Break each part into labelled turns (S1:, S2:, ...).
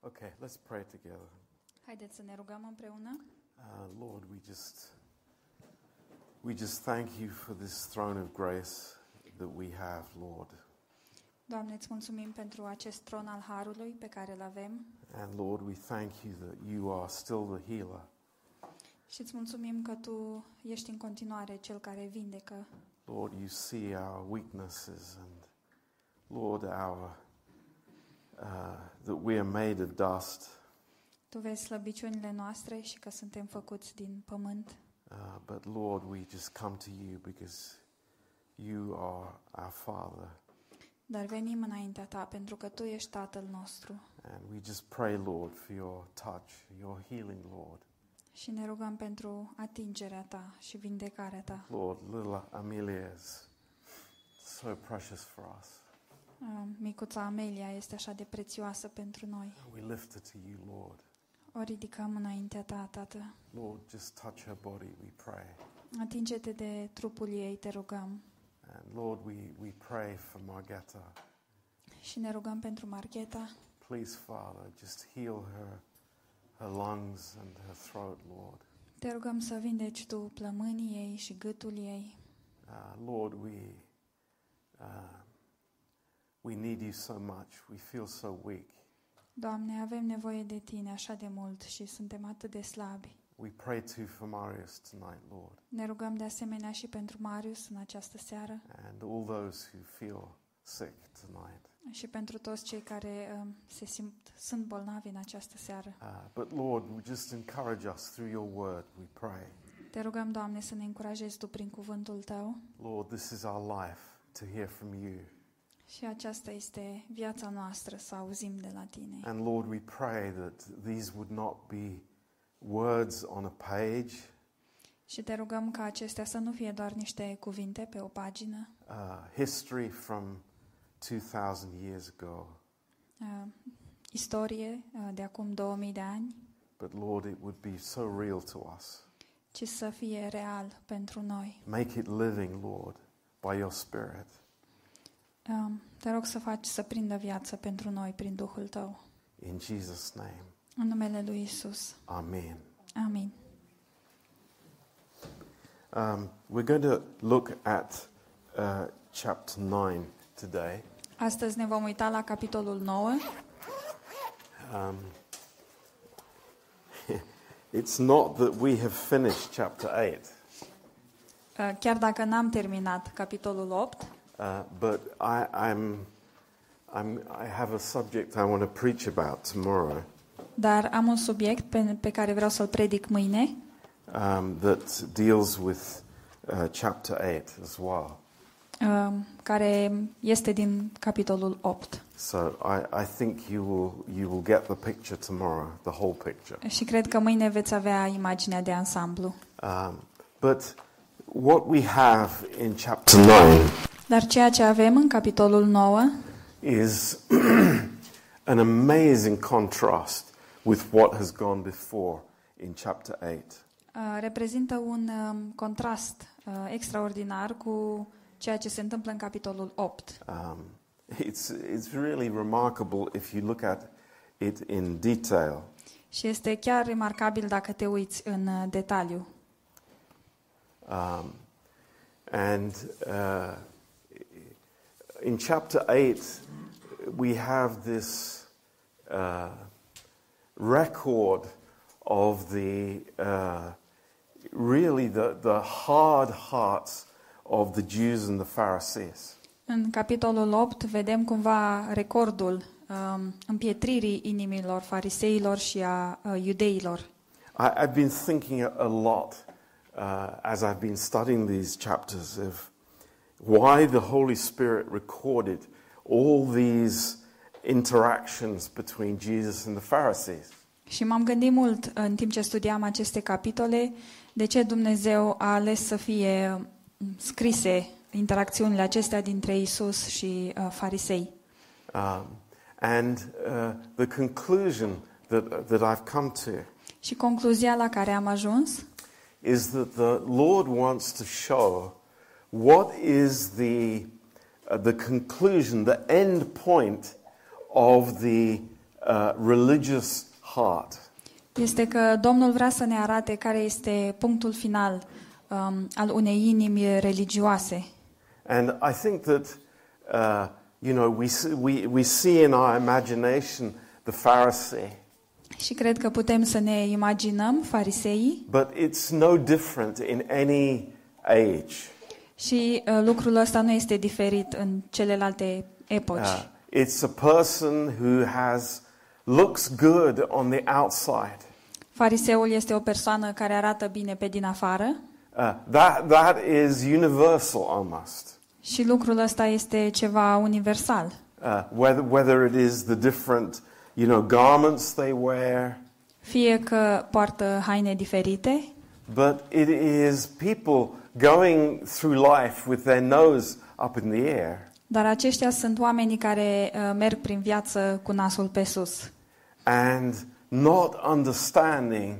S1: Okay, let's pray together.
S2: Haideți să ne rugăm împreună.
S1: Uh, Lord, we just we just thank you for this throne of grace that we have, Lord.
S2: Doamne, îți mulțumim pentru acest tron al harului pe care îl avem
S1: And Lord, we thank you that you are still the healer.
S2: și îți mulțumim că tu ești în continuare cel care vindecă.
S1: Lord, you see our weaknesses and Lord, our uh, that we are made of dust,
S2: Tu vezi slăbiciunile noastre și că suntem făcuți din pământ,
S1: uh, but Lord, we just come to you because you are our Father,
S2: dar venim înaintea ta pentru că tu ești Tatăl nostru.
S1: and we just pray, Lord, for your touch, your healing, Lord.
S2: Și ne rugăm pentru atingerea ta și vindecarea ta.
S1: Lord, little Amelia is so precious for us.
S2: Uh, Micuța Amelia este așa de prețioasă pentru noi.
S1: We lift her to you, Lord.
S2: O ridicăm înaintea ta, Tată.
S1: Lord, just touch her body, we pray.
S2: Atinge-te de trupul ei, te rugăm.
S1: And Lord, we, we pray for Margetta.
S2: Și ne rugăm pentru Margheta.
S1: Please, Father, just heal her, her lungs and her throat, Lord.
S2: Te rugăm să vindeci tu plămânii ei și gâtul ei.
S1: Uh, Lord, we, uh, we need you so much. We feel so weak.
S2: Doamne, avem nevoie de tine așa de mult și suntem atât de slabi.
S1: We pray too for Marius tonight, Lord,
S2: Ne rugăm de asemenea și pentru Marius în această seară
S1: and all those who feel sick tonight.
S2: și pentru toți cei care um, se simt sunt bolnavi în această seară.
S1: Uh, but Lord, we just encourage us through your word, we pray.
S2: Te rugăm, Doamne, să ne încurajezi tu prin cuvântul tău
S1: Lord, this is our life to hear from you.
S2: și aceasta este viața noastră să auzim de la tine.
S1: And Lord, we pray that these would not be words on a page,
S2: Și te rugăm ca acestea să nu fie doar niște cuvinte pe o pagină,
S1: uh, history from 2,000 years ago,
S2: uh, istorie uh, de acum 2000 de ani,
S1: but Lord, it would be so real to us.
S2: ci să fie real pentru noi.
S1: Make it living, Lord, by your Spirit.
S2: Um, Te rog să faci să prindă viață pentru noi prin Duhul Tău.
S1: In Jesus' name,
S2: În numele lui Isus.
S1: Amen.
S2: Amin.
S1: Um, we're going to look at uh, chapter 9 today.
S2: Astăzi ne vom uita la capitolul 9.
S1: Um, it's not that we have finished chapter 8,
S2: Uh, Chiar dacă n-am terminat capitolul 8,
S1: uh, but I, I'm, I'm, I have a subject I want to preach about tomorrow
S2: dar am un subiect pe, pe care vreau să-l predic mâine,
S1: um, that deals with uh, chapter 8 as well.
S2: uh, care este din capitolul 8.
S1: So I, I think you will, you will get the picture tomorrow, the whole picture.
S2: Și cred că mâine veți avea imaginea de ansamblu.
S1: Um, but what we have in chapter 9
S2: Dar ceea ce avem în capitolul 9
S1: is an amazing contrast with what has gone before in chapter 8.
S2: Uh, reprezintă un um, contrast uh, extraordinar cu ceea ce se întâmplă în capitolul 8.
S1: Um, it's, it's really remarkable if you look at it in detail.
S2: Și este chiar remarcabil dacă te uiți în uh, detaliu.
S1: Um, and uh, in chapter 8, we have this uh, record of the uh, really the, the hard hearts of the Jews and the Pharisees.
S2: În capitolul 8 vedem cumva recordul um, împietririi inimilor fariseilor și a uh, iudeilor.
S1: I, I've been thinking a lot uh, as I've been studying these chapters of why the Holy Spirit recorded all these interactions between Jesus and the Pharisees.
S2: Și m-am gândit mult uh, în timp ce studiam aceste capitole de ce Dumnezeu a ales să fie um, scrise interacțiunile acestea dintre Isus și uh, farisei.
S1: Um, and uh, the conclusion that, that I've come to
S2: Și concluzia la care am ajuns
S1: is that the Lord wants to show what is the, uh, the conclusion, the end point of the uh, religious heart.
S2: este că Domnul vrea să ne arate care este punctul final um, al unei inimi religioase.
S1: And I think that, uh, you know, we, see- we, we see in our imagination the Pharisee,
S2: Și cred că putem să ne imaginăm fariseii
S1: but it's no different in any age.
S2: și uh, lucrul ăsta nu este diferit în celelalte epoci.
S1: Uh, it's a person who has looks good on the outside.
S2: Fariseul este o persoană care arată bine pe din afară
S1: Uh, that, that is universal almost.
S2: și lucrul ăsta este ceva universal.
S1: Uh, whether, whether it is the different, you know, garments they wear,
S2: Fie că poartă haine diferite,
S1: but it is people going through life with their nose up in the air
S2: dar aceștia sunt oamenii care uh, merg prin viață cu nasul pe sus
S1: and not understanding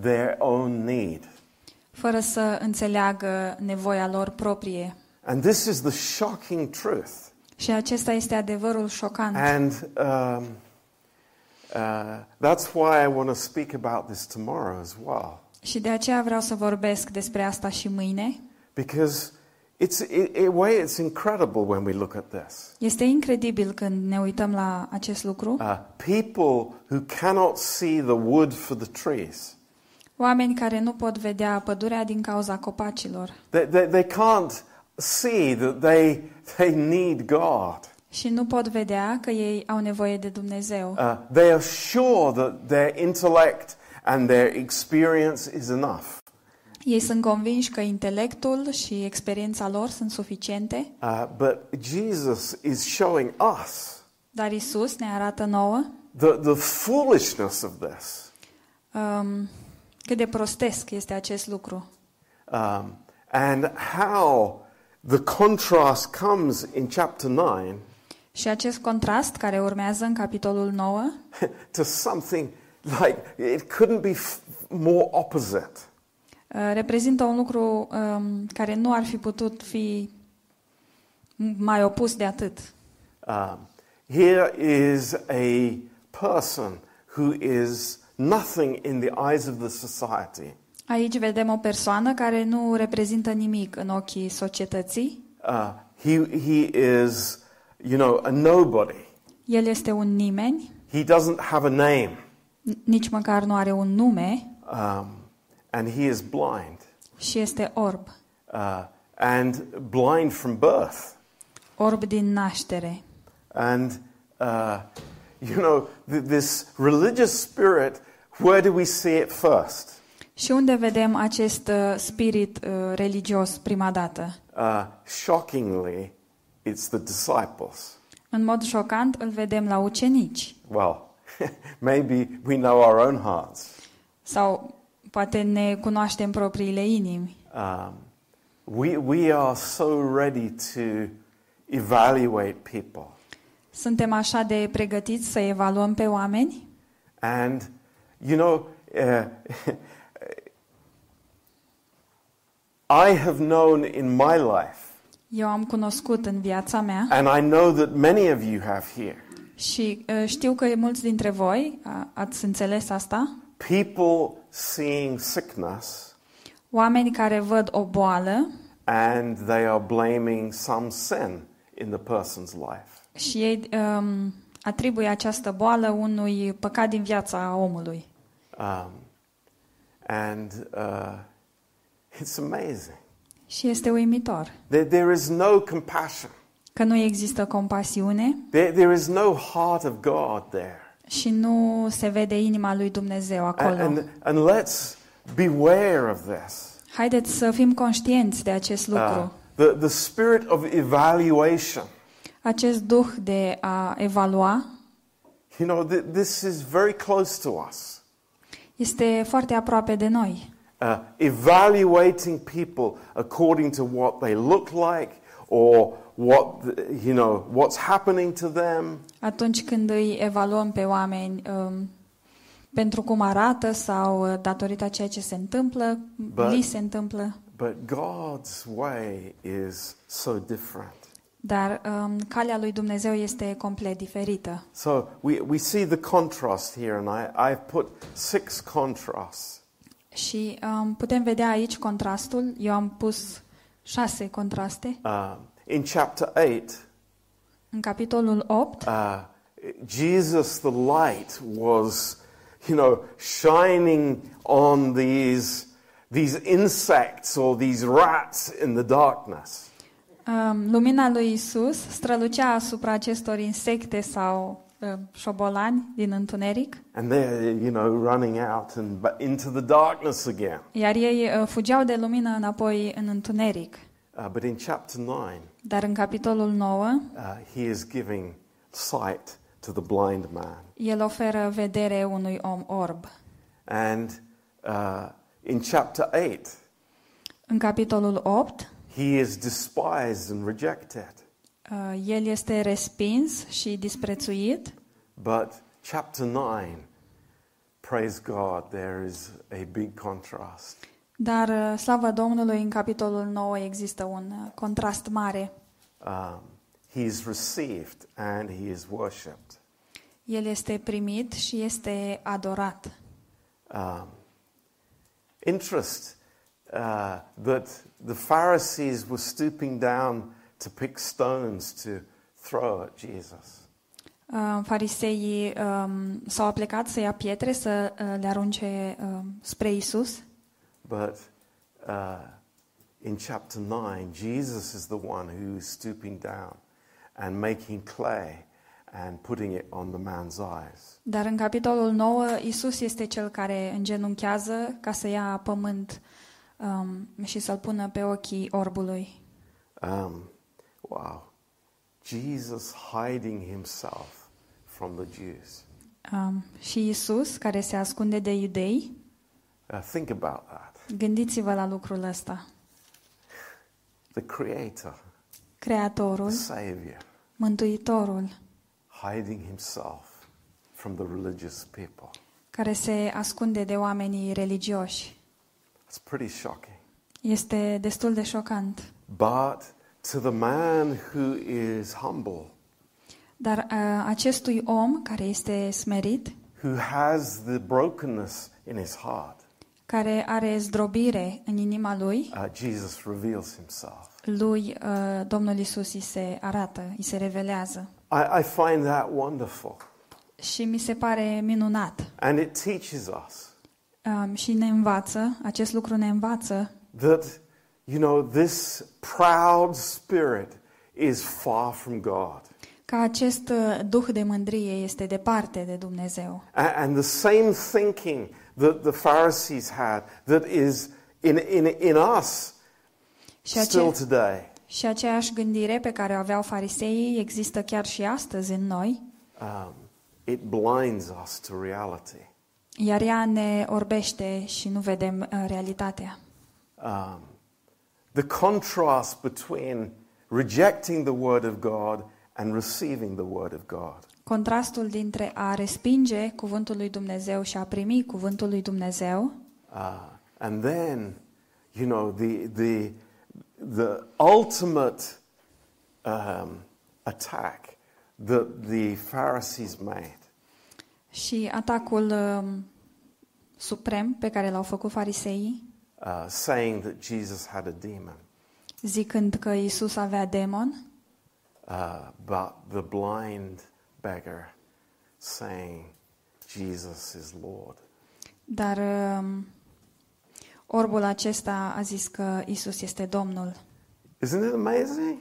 S1: their own need.
S2: fără să înțeleagă nevoia lor proprie.
S1: And this is the shocking truth.
S2: Și acesta este adevărul șocant.
S1: And um, uh, that's why I want to speak about this tomorrow as well,
S2: Și de aceea vreau să vorbesc despre asta și mâine.
S1: because it's in in a way it's incredible when we look at this.
S2: Este incredibil când ne uităm la acest lucru.
S1: Uh, people who cannot see the wood for the trees,
S2: Oameni care nu pot vedea pădurea din cauza copacilor
S1: they, they, they can't see that they they need God.
S2: și nu pot vedea că ei au nevoie de Dumnezeu.
S1: Uh, they are sure that their intellect and their experience is enough.
S2: Ei sunt convinși că intelectul și experiența lor sunt suficiente,
S1: Uh, but Jesus is showing us
S2: dar Isus ne arată nouă
S1: the, the foolishness of this
S2: um, cât de prostesc este acest lucru
S1: um, and how the contrast comes in chapter 9
S2: și acest contrast care urmează în capitolul 9
S1: to something like it couldn't be f- more opposite.
S2: Uh, reprezintă un lucru um, care nu ar fi putut fi mai opus de atât.
S1: Um, here is a person who is nothing in the eyes of the society.
S2: Aici vedem o persoană care nu reprezintă nimic în ochii societății.
S1: Uh, he, he is, you know, a nobody.
S2: El este un nimeni,
S1: He doesn't have a name,
S2: n- nici măcar nu are un nume
S1: um, and he is blind.
S2: și este orb.
S1: uh, and blind from birth.
S2: Orb din naștere.
S1: And, uh, you know, th- this religious spirit, where do we see it first?
S2: Și unde vedem acest uh, spirit uh, religios prima dată?
S1: Uh, shockingly, it's the disciples.
S2: În mod șocant îl vedem la ucenici.
S1: Well, maybe we know our own hearts.
S2: Sau poate ne cunoaștem propriile inimi.
S1: Um, we, we are so ready to evaluate people.
S2: Suntem așa de pregătiți să evaluăm pe oameni
S1: And, you know, uh, I have known in my life,
S2: eu am cunoscut în viața mea
S1: and I know that many of you have here,
S2: și uh, știu că mulți dintre voi a, ați înțeles asta,
S1: people seeing sickness
S2: oameni care văd o boală
S1: and they are blaming some sin in the person's life.
S2: și ei um, atribuie această boală unui păcat din viața omului.
S1: Um, and uh, it's amazing.
S2: Și este uimitor
S1: There, there is no compassion,
S2: că nu există compasiune
S1: there, there is no heart of God there.
S2: și nu se vede inima lui Dumnezeu acolo.
S1: And, and, and let's beware of this.
S2: Haideți să fim conștienți de acest lucru.
S1: Uh, the, the spirit of evaluation.
S2: Acest duh de a evalua
S1: You know, th- this is very close to us.
S2: este foarte aproape de noi.
S1: Uh, evaluating people according to what they look like or what, the, you know, what's happening to them.
S2: Atunci când îi evaluăm pe oameni um, pentru cum arată sau uh, datorită a ceea ce se întâmplă,
S1: Ba-
S2: li se întâmplă,
S1: But God's way is so different.
S2: Dar um, calea lui Dumnezeu este complet diferită.
S1: So we, we see the contrast here, and I, I've put six contrasts.
S2: Și um, putem vedea aici contrastul. Eu am pus șase contraste.
S1: Um, in chapter 8,
S2: În capitolul 8,
S1: uh, Jesus, the light, was, you know, shining on these, these insects or these rats in the darkness.
S2: um, lumina lui Isus strălucea asupra acestor insecte sau um, șobolani din întuneric,
S1: And they're, you know, running out and ba- into the darkness again.
S2: iar ei uh, fugeau de lumină înapoi în întuneric.
S1: Uh, but in chapter 9,
S2: Dar în capitolul 9,
S1: uh, he is giving sight to the blind man.
S2: el oferă vedere unui om orb.
S1: And uh, in chapter 8,
S2: În capitolul 8,
S1: he is despised and rejected.
S2: uh, el este respins și disprețuit,
S1: But chapter 9, praise God, there is a big contrast.
S2: dar uh, slavă Domnului, în capitolul 9 există un uh, contrast mare.
S1: Um, he is received and he is worshipped.
S2: El este primit și este adorat.
S1: um, interest uh, that the Pharisees were stooping down to pick stones to throw at Jesus.
S2: Uh, Fariseii um, s-au aplecat să ia pietre, să uh, le arunce um, spre Isus,
S1: But uh, in chapter 9, Jesus is the one who is stooping down and making clay and putting it on the man's eyes.
S2: dar în capitolul 9 Isus este cel care îngenunchează ca să ia pământ um, și să-l pună pe ochii orbului.
S1: Um, wow. Jesus hiding himself from the Jews.
S2: Um, și Isus, care se ascunde de iudei,
S1: Uh, think about that.
S2: gândiți-vă la lucrul ăsta.
S1: The Creator,
S2: Creatorul,
S1: the Savior.
S2: Mântuitorul,
S1: hiding himself from the religious people.
S2: care se ascunde de oamenii religioși.
S1: It's pretty shocking.
S2: Este destul de șocant.
S1: But to the man who is humble,
S2: Dar uh, acestui om care este smerit,
S1: who has the brokenness in his heart,
S2: care are zdrobire în inima lui,
S1: uh, Jesus reveals himself.
S2: lui uh, Domnul Isus îi se arată, îi se revelează.
S1: I, I find that wonderful.
S2: Și mi se pare minunat.
S1: And it teaches us
S2: Um, și ne învață, acest lucru ne învață
S1: that, you know, this proud spirit is far from God.
S2: că acest uh, duh de mândrie este departe de Dumnezeu.
S1: A- And the same thinking that the Pharisees had that is in, in, in us
S2: Și,
S1: still
S2: ace-
S1: today.
S2: și aceeași gândire pe care o aveau fariseii există chiar și astăzi în noi,
S1: Um, it blinds us to reality.
S2: iar ea ne orbește și nu vedem uh, realitatea.
S1: Um, the contrast between rejecting the Word of God and receiving the Word of God.
S2: Contrastul dintre a respinge cuvântul lui Dumnezeu și a primi cuvântul lui Dumnezeu
S1: Uh, and then, you know, the, the, the ultimate um, attack that the Pharisees made
S2: și atacul um, suprem pe care l-au făcut fariseii,
S1: uh, saying that Jesus had a demon.
S2: zicând că Isus avea demon,
S1: Uh, but the blind beggar saying, Jesus is Lord.
S2: dar um, orbul acesta a zis că Isus este Domnul.
S1: Isn't it amazing?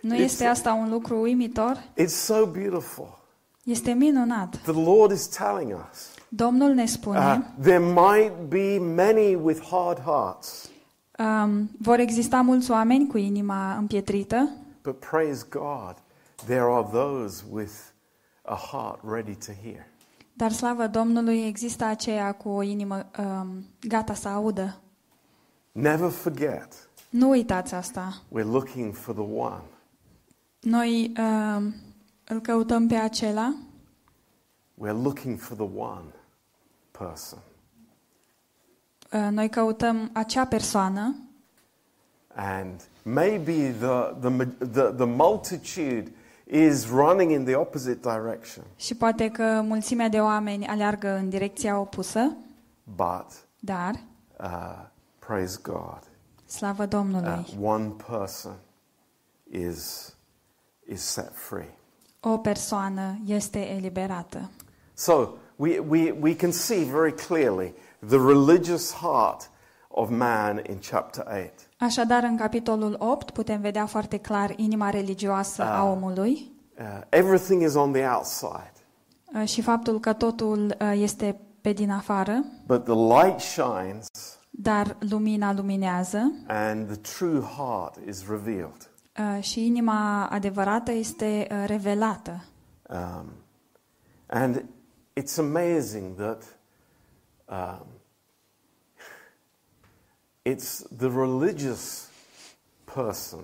S2: Nu
S1: It's-
S2: este asta un lucru uimitor?
S1: It's so beautiful.
S2: Este minunat.
S1: The Lord is telling us
S2: Domnul ne
S1: uh,
S2: spune,
S1: there might be many with hard hearts,
S2: um, vor exista mulți oameni cu inima împietrită,
S1: but praise God, there are those with a heart ready to hear.
S2: Dar slavă Domnului, există aceea cu o inimă um, gata să audă.
S1: Never forget,
S2: Nu uitați asta.
S1: we're looking for the one
S2: Noi um, îl căutăm pe acela,
S1: We're looking for the one person.
S2: uh, noi căutăm acea persoană
S1: And maybe the, the, ma- the, the multitude is running in the opposite direction.
S2: Și poate că mulțimea de oameni aleargă în direcția opusă,
S1: But
S2: dar,
S1: uh, praise God,
S2: slavă
S1: uh,
S2: Domnului,
S1: one person is, is set free.
S2: o persoană este eliberată.
S1: So we, we, we can see very clearly the religious heart of man in chapter 8.
S2: Așadar, în capitolul 8 putem vedea foarte clar inima religioasă a omului
S1: Uh, everything is on the outside,
S2: uh, și faptul că totul uh, este pe din afară,
S1: but the light shines
S2: dar lumina luminează
S1: and the true heart is revealed.
S2: uh, și inima adevărată este uh, revelată.
S1: Um, and it's amazing that um, it's the religious person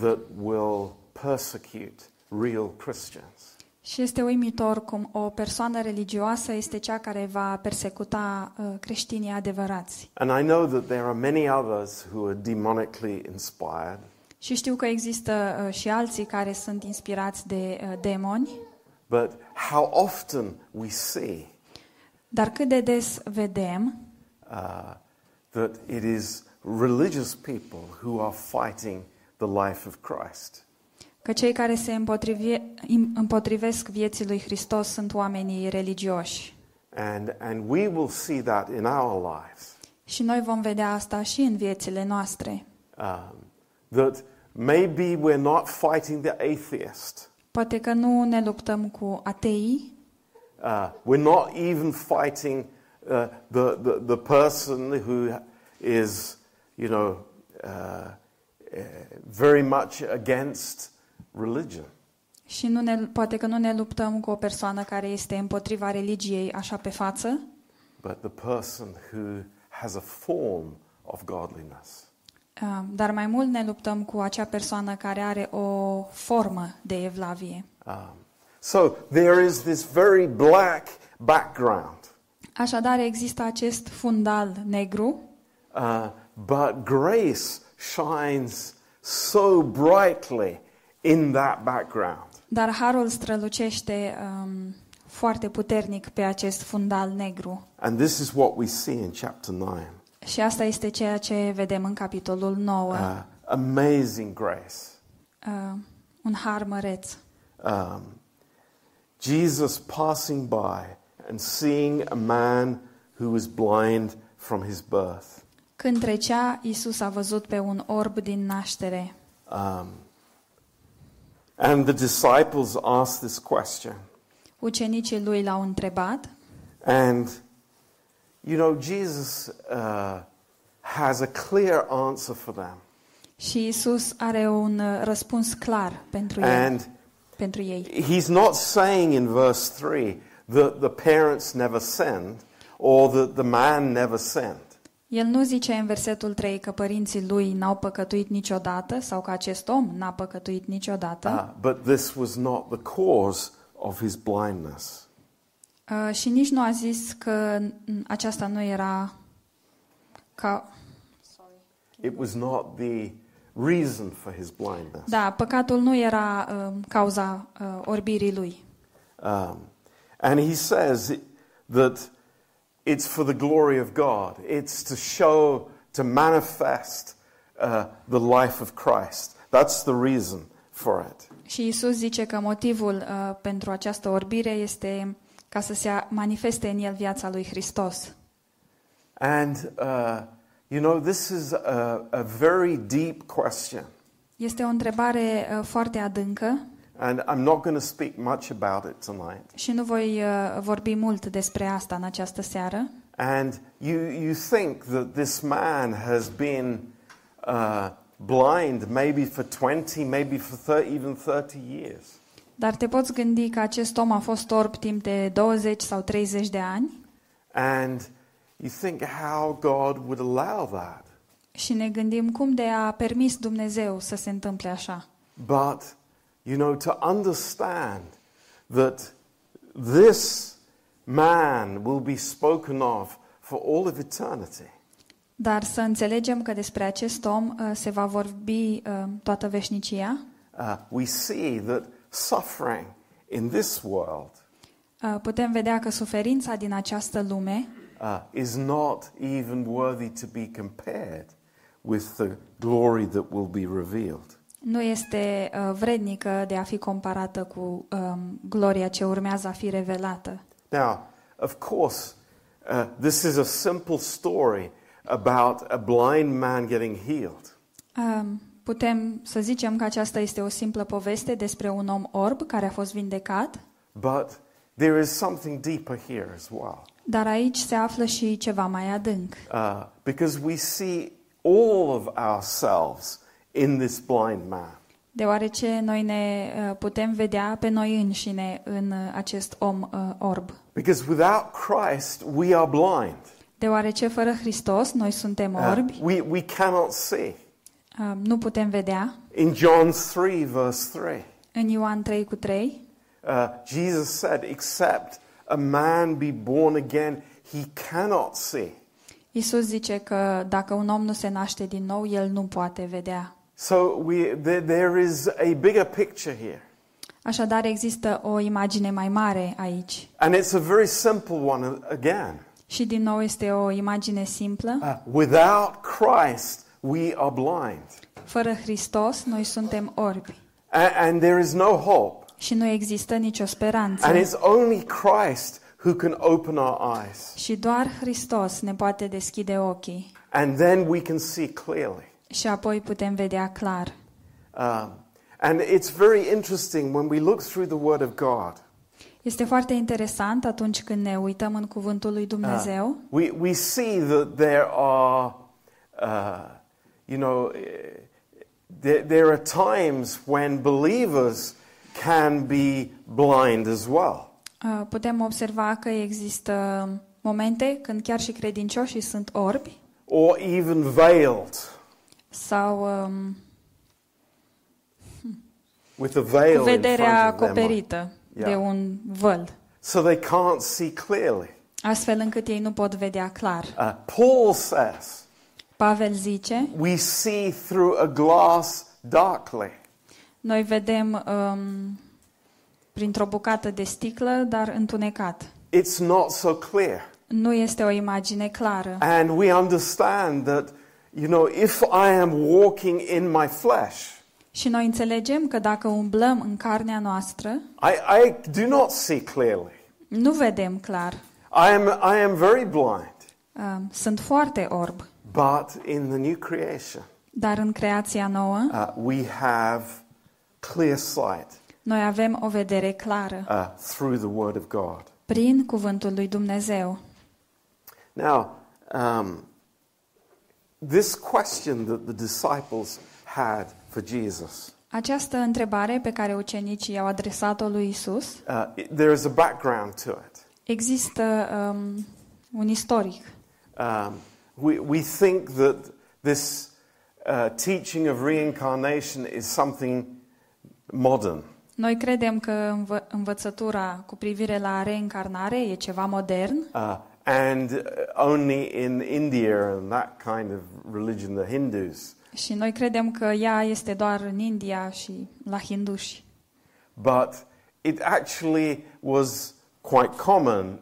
S1: that will persecute real Christians.
S2: Și este uimitor cum o persoană religioasă este cea care va persecuta uh, creștinii adevărați.
S1: And I know that there are many others who are demonically inspired,
S2: Și știu că există uh, și alții care sunt inspirați de uh, demoni,
S1: but how often we see
S2: dar cât de des vedem
S1: uh, that it is religious people who are fighting the life of Christ.
S2: că cei care se împotrive, im- împotrivesc vieții lui Hristos sunt oamenii religioși.
S1: And, and we will see that in our lives.
S2: Și noi vom vedea asta și în viețile noastre.
S1: Um, that maybe we're not fighting the atheist,
S2: Poate că nu ne luptăm cu ateii,
S1: uh, we're not even fighting uh, the, the, the person who is, you know, uh, uh, very much against religion.
S2: Și nu ne, poate că nu ne luptăm cu o persoană care este împotriva religiei așa pe față,
S1: But the person who has a form of godliness.
S2: uh, dar mai mult ne luptăm cu acea persoană care are o formă de evlavie.
S1: Um, so there is this very black background.
S2: Așadar, există acest fundal negru,
S1: Uh, but grace shines so brightly in that background.
S2: dar harul strălucește um, foarte puternic pe acest fundal negru.
S1: And this is what we see in chapter 9.
S2: Și asta este ceea ce vedem în capitolul 9, uh.
S1: Uh, amazing grace.
S2: Uh, un har măreț.
S1: Um, Jesus passing by and seeing a man who was blind from his birth.
S2: Când trecea, Isus a văzut pe un orb din naștere.
S1: Um, and the disciples asked this question.
S2: Ucenicii lui l-au întrebat
S1: And, you know, Jesus uh, has a clear answer for them.
S2: și Isus are un uh, răspuns clar pentru ei.
S1: And
S2: Pentru ei.
S1: he's not saying in verse 3 that the parents never sinned or that the man never sinned.
S2: El nu zice în versetul 3 că părinții lui n-au păcătuit niciodată sau că acest om n-a păcătuit niciodată,
S1: Uh, but this was not the cause of his blindness.
S2: Uh, și nici nu a zis că n- aceasta nu era ca...
S1: It was not the reason for his blindness.
S2: Da, păcatul nu era uh, cauza uh, orbirii lui.
S1: Um, and he says that it's for the glory of God, it's to show, to manifest uh, the life of Christ. That's the reason for it.
S2: Și Isus zice că motivul uh, pentru această orbire este ca să se manifeste în el viața lui Hristos.
S1: And, uh, you know, this is a, a very deep question.
S2: Este o întrebare uh, foarte adâncă
S1: And I'm not going to speak much about it tonight.
S2: și nu voi uh, vorbi mult despre asta în această seară.
S1: And you, you think that this man has been uh, blind maybe for 20, maybe for 30, even 30 years.
S2: Dar te poți gândi că acest om a fost orb timp de 20 sau 30 de ani
S1: And you think how God would allow that.
S2: și ne gândim cum de a permis Dumnezeu să se întâmple așa.
S1: But, you know, to understand that this man will be spoken of for all of eternity.
S2: Dar să înțelegem că despre acest om uh, se va vorbi uh, toată veșnicia.
S1: Uh, we see that suffering in this world
S2: Uh, Putem vedea că suferința din această lume
S1: uh, is not even worthy to be compared with the glory that will be revealed.
S2: nu este uh, vrednică de a fi comparată cu um, gloria ce urmează a fi revelată.
S1: Now, of course, uh, this is a simple story about a blind man getting healed.
S2: Um, Putem să zicem că aceasta este o simplă poveste despre un om orb care a fost vindecat,
S1: But there is something deeper here as well.
S2: dar aici se află și ceva mai adânc,
S1: Uh, because we see all of ourselves in this blind man.
S2: deoarece noi ne uh, putem vedea pe noi înșine în uh, acest om uh, orb.
S1: Because without Christ, we are blind.
S2: Deoarece fără Hristos noi suntem
S1: Uh,
S2: orbi,
S1: we, we cannot see.
S2: um, nu putem vedea.
S1: In John 3, verse 3,
S2: În Ioan 3 cu 3,
S1: uh, Jesus said, Except a man be born again, he cannot see.
S2: Isus zice că dacă un om nu se naște din nou, el nu poate vedea.
S1: So we, there, there is a bigger picture here.
S2: Așadar există o imagine mai mare aici.
S1: And it's a very simple one uh, again.
S2: Și din nou este o imagine simplă.
S1: Uh, without Christ, we are blind.
S2: Fără Hristos, noi suntem orbi
S1: A- and there is no hope.
S2: și nu există nicio speranță.
S1: And it's only Christ who can open our eyes.
S2: Și doar Hristos ne poate deschide ochii
S1: And then we can see clearly.
S2: și apoi putem vedea clar.
S1: Um, and it's very interesting when we look through the Word of God.
S2: Este foarte interesant atunci când ne uităm în cuvântul lui Dumnezeu.
S1: We, we see that there are, uh, you know, eh, there, there are times when believers can be blind as well.
S2: Uh, Putem observa că există momente când chiar și credincioșii sunt orbi
S1: Or even veiled,
S2: sau um,
S1: with a
S2: cu
S1: veil in
S2: vederea
S1: front of them.
S2: acoperită
S1: Yeah.
S2: de un văl,
S1: So they can't see clearly.
S2: astfel încât ei nu pot vedea clar.
S1: Uh, Paul says,
S2: Pavel zice,
S1: we see through a glass darkly.
S2: noi vedem um, printr-o bucată de sticlă, dar întunecat.
S1: It's not so clear.
S2: Nu este o imagine clară.
S1: And we understand that, you know, if I am walking in my flesh,
S2: Și noi înțelegem că dacă umblăm în carnea noastră,
S1: I, I do not see clearly.
S2: nu vedem clar.
S1: I am, I am very blind.
S2: Um, sunt foarte orb.
S1: But in the new creation,
S2: Dar în creația nouă,
S1: uh, we have clear sight
S2: Noi avem o vedere clară
S1: uh, through the Word of God.
S2: prin cuvântul lui Dumnezeu.
S1: Now, um, this question that the disciples had for Jesus,
S2: Această întrebare pe care ucenicii i-au adresat-o lui Isus,
S1: uh, it- there is a background to it.
S2: există um, un istoric.
S1: Um, we, we think that this uh, teaching of reincarnation is something modern.
S2: Noi credem că învă- învățătura cu privire la reincarnare e ceva modern
S1: Uh, and uh, only in India and that kind of religion, the Hindus.
S2: și noi credem că ea este doar în India și la hinduși.
S1: But it actually was quite common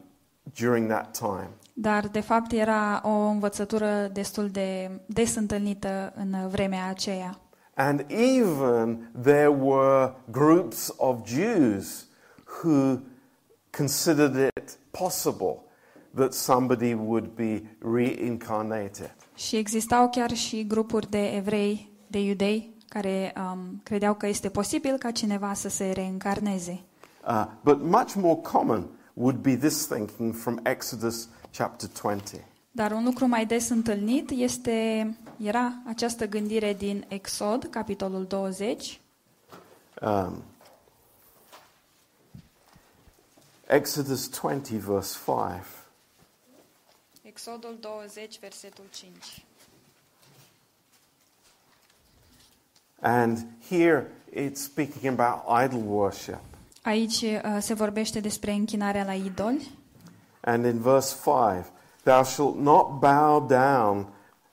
S1: during that time.
S2: Dar, de fapt, era o învățătură destul de des întâlnită în vremea aceea.
S1: And even there were groups of Jews who considered it possible that somebody would be reincarnated.
S2: Și existau chiar și grupuri de evrei, de iudei, care um, credeau că este posibil ca cineva să se reîncarneze.
S1: Uh, but much more common would be this thinking from Exodus chapter 20.
S2: Dar un lucru mai des întâlnit este, era această gândire din Exod, capitolul 20,
S1: Um, Exodus 20, verse 5.
S2: Exodul 20, versetul 5.
S1: And here it's speaking about idol worship.
S2: Aici uh, se vorbește despre închinarea la idoli
S1: And in verse 5, thou shalt not bow down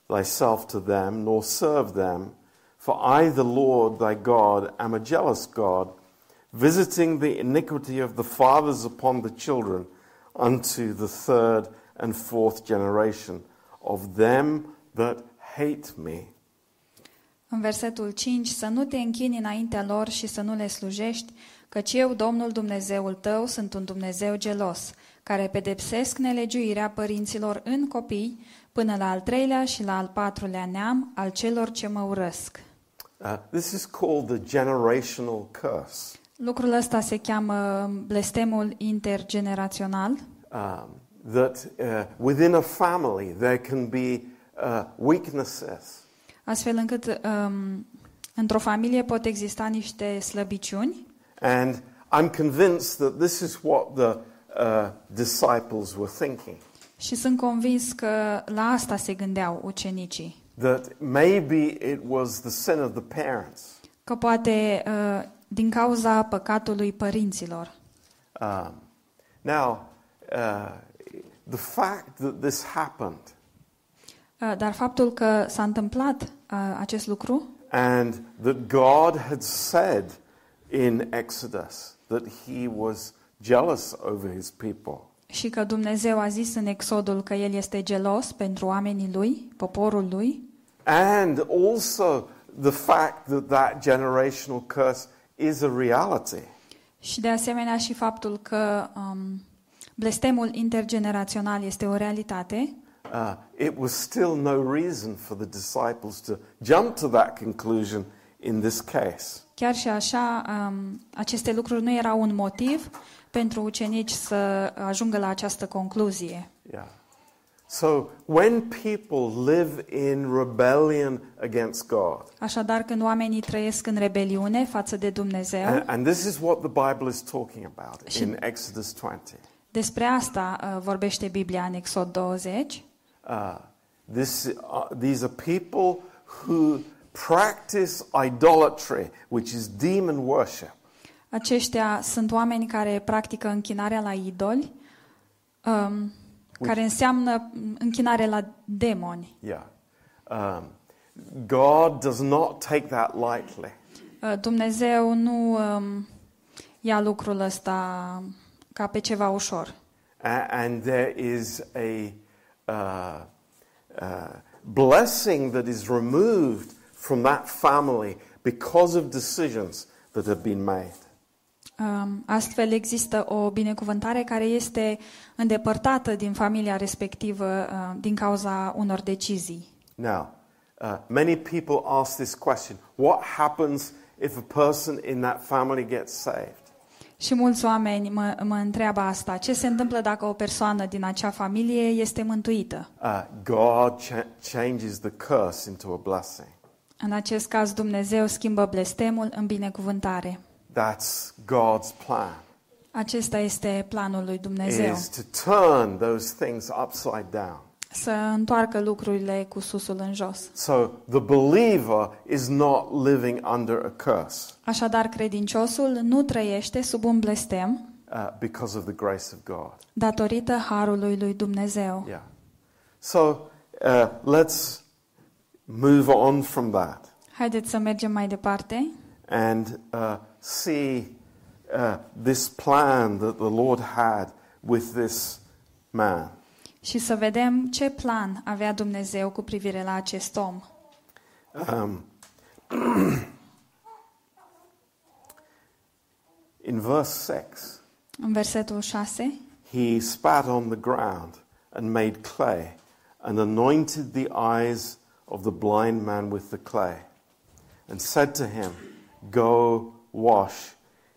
S1: thyself to them, nor serve them. For I, the Lord thy God, am a jealous God, visiting the iniquity of the fathers upon the children unto the third and fourth generation of them that hate me.
S2: În versetul 5, să nu te închini înaintea lor și să nu le slujești, căci eu, Domnul Dumnezeul tău, sunt un Dumnezeu gelos, care pedepsesc nelegiuirea părinților în copii până la al treilea și la al patrulea neam al celor ce mă urăsc.
S1: Uh, this is called the generational curse.
S2: Lucrul ăsta se cheamă blestemul intergenerațional,
S1: Um, that uh, within a family there can be uh, weaknesses.
S2: astfel încât um, într-o familie pot exista niște slăbiciuni
S1: And I'm convinced that this is what the uh, disciples were thinking.
S2: și sunt convins că la asta se gândeau ucenicii,
S1: That maybe it was the sin of the parents.
S2: că poate uh, din cauza păcatului părinților.
S1: Um, now, uh, the fact that this happened
S2: Uh, Dar faptul că s-a întâmplat uh, acest lucru
S1: and that God had said in Exodus that he was jealous over his people
S2: și că Dumnezeu a zis în Exodul că El este gelos pentru oamenii Lui, poporul Lui,
S1: And also the fact that that generational curse is a reality.
S2: și de asemenea și faptul că um, blestemul intergenerațional este o realitate,
S1: Uh, it was still no reason for the disciples to jump to that conclusion in this case.
S2: chiar și așa um, aceste lucruri nu erau un motiv pentru ucenici să ajungă la această concluzie.
S1: Yeah. So when people live in rebellion against God,
S2: Așadar, când oamenii trăiesc în rebeliune față de Dumnezeu,
S1: and, and this is what the Bible is talking about in Exodus 20,
S2: despre asta uh, vorbește Biblia în Exod 20,
S1: uh, this, uh, these are people who practice idolatry, which is demon worship.
S2: Aceștia sunt oameni care practică închinarea la idoli, um, care înseamnă închinare la demoni.
S1: Yeah. Um, God does not take that lightly.
S2: Uh, Dumnezeu nu um, ia lucrul ăsta ca pe ceva ușor.
S1: A- and there is a uh, uh, blessing that is removed from that family because of decisions that have been made.
S2: Um, astfel există o binecuvântare care este îndepărtată din familia respectivă uh, din cauza unor decizii.
S1: Now, uh, many people ask this question what happens if a person in that family gets saved?
S2: Și mulți oameni mă, mă întreabă asta. Ce se întâmplă dacă o persoană din acea familie este mântuită?
S1: Uh, God cha- changes the curse into a blessing.
S2: În acest caz, Dumnezeu schimbă blestemul în binecuvântare.
S1: That's God's plan.
S2: Acesta este planul lui Dumnezeu,
S1: is to turn those things upside down.
S2: să întoarcă lucrurile cu susul în jos.
S1: So the believer is not living under a curse
S2: Așadar, credinciosul nu trăiește sub un blestem
S1: uh, because of the grace of God.
S2: datorită harului lui Dumnezeu.
S1: Yeah. So uh, let's move on from that
S2: Haideți să mergem mai departe
S1: and uh, see uh, this plan that the Lord had with this man.
S2: și să vedem ce plan avea Dumnezeu cu privire la acest om.
S1: Um, in verse 6.
S2: În versetul 6,
S1: He spat on the ground and made clay and anointed the eyes of the blind man with the clay and said to him, Go wash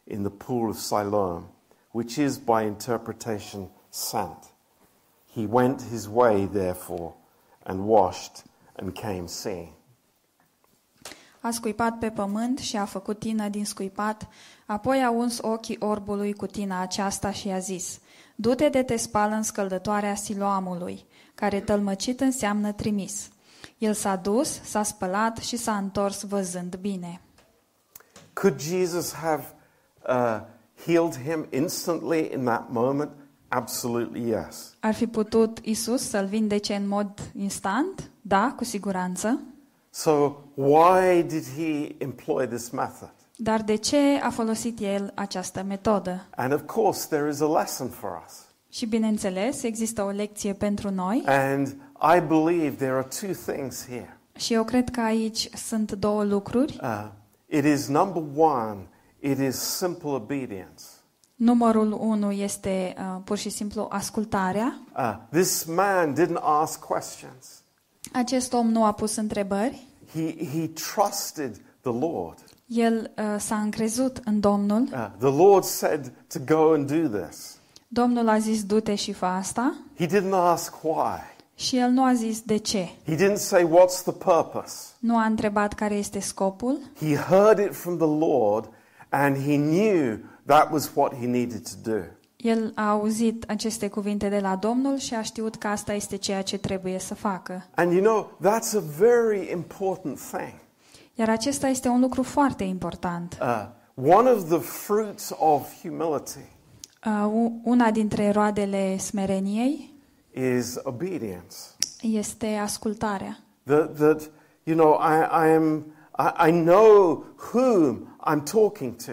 S1: in the pool of Siloam, which is by interpretation sent. He went his way, therefore, and washed and came seeing.
S2: A scuipat pe pământ și a făcut tină din scuipat, apoi a uns ochii orbului cu tina aceasta și a zis, Du-te de te spală în scăldătoarea siloamului, care tălmăcit înseamnă trimis. El s-a dus, s-a spălat și s-a întors văzând bine.
S1: Could Jesus have uh, healed him instantly in that moment? Absolutely yes.
S2: Ar fi putut Isus să-l vindece în mod instant? Da, cu siguranță.
S1: So why did he employ this method?
S2: Dar de ce a folosit el această metodă?
S1: And of course, there is a lesson for us.
S2: Și bineînțeles, există o lecție pentru noi
S1: And I believe there are two things here.
S2: și eu cred că aici sunt două lucruri.
S1: Uh, it is number one, it is simple obedience.
S2: Numărul 1 este uh, pur și simplu ascultarea.
S1: Uh, this man didn't ask questions,
S2: Acest om nu a pus întrebări.
S1: he, he trusted the Lord.
S2: El uh, s-a încrezut în Domnul.
S1: Uh, the Lord said to go and do this.
S2: Domnul a zis du-te și fă asta
S1: He didn't ask why.
S2: și el nu a zis de ce.
S1: He didn't say, What's the purpose?
S2: Nu a întrebat care este scopul.
S1: He heard it from the Lord and he knew that was what he needed to do.
S2: El a auzit aceste cuvinte de la Domnul și a știut că asta este ceea ce trebuie să facă.
S1: And you know, that's a very important thing.
S2: Iar acesta este un lucru foarte important.
S1: Uh, one of the fruits of humility
S2: Uh, u- Una dintre roadele smereniei
S1: is obedience.
S2: este ascultarea.
S1: That, that you know, I, I, am, I, I know whom I'm talking to,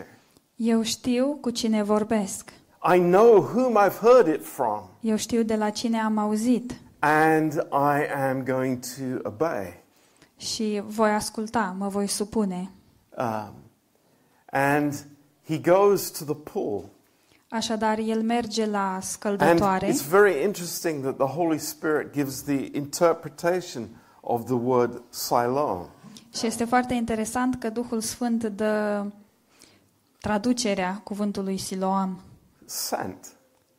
S2: Eu știu cu cine vorbesc.
S1: I know whom I've heard it from,
S2: Eu știu de la cine am auzit
S1: and I am going to obey.
S2: și voi asculta, mă voi supune.
S1: Um, and he goes to the pool.
S2: Așadar, el merge la
S1: And
S2: scăldătoare
S1: it's very interesting that the Holy Spirit gives the interpretation of the word Siloam.
S2: și este foarte interesant că Duhul Sfânt dă traducerea cuvântului Siloam,
S1: Sent.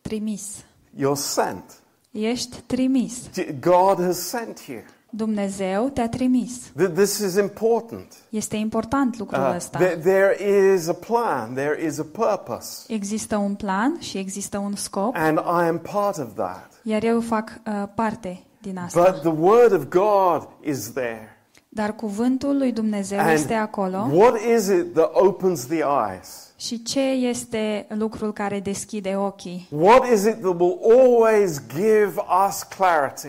S2: trimis.
S1: You're sent.
S2: Ești trimis.
S1: D- God has sent you.
S2: Dumnezeu te-a trimis.
S1: Th- This is important.
S2: Este important lucrul
S1: Uh,
S2: ăsta.
S1: there- there is a plan, there is a purpose,
S2: Există un plan și există un scop,
S1: and I am part of that.
S2: iar eu fac uh, parte din asta.
S1: But the Word of God is there.
S2: Dar cuvântul lui Dumnezeu este acolo.
S1: And what is it that opens the eyes?
S2: Și ce este lucrul care deschide ochii?
S1: What is it that will always give us clarity?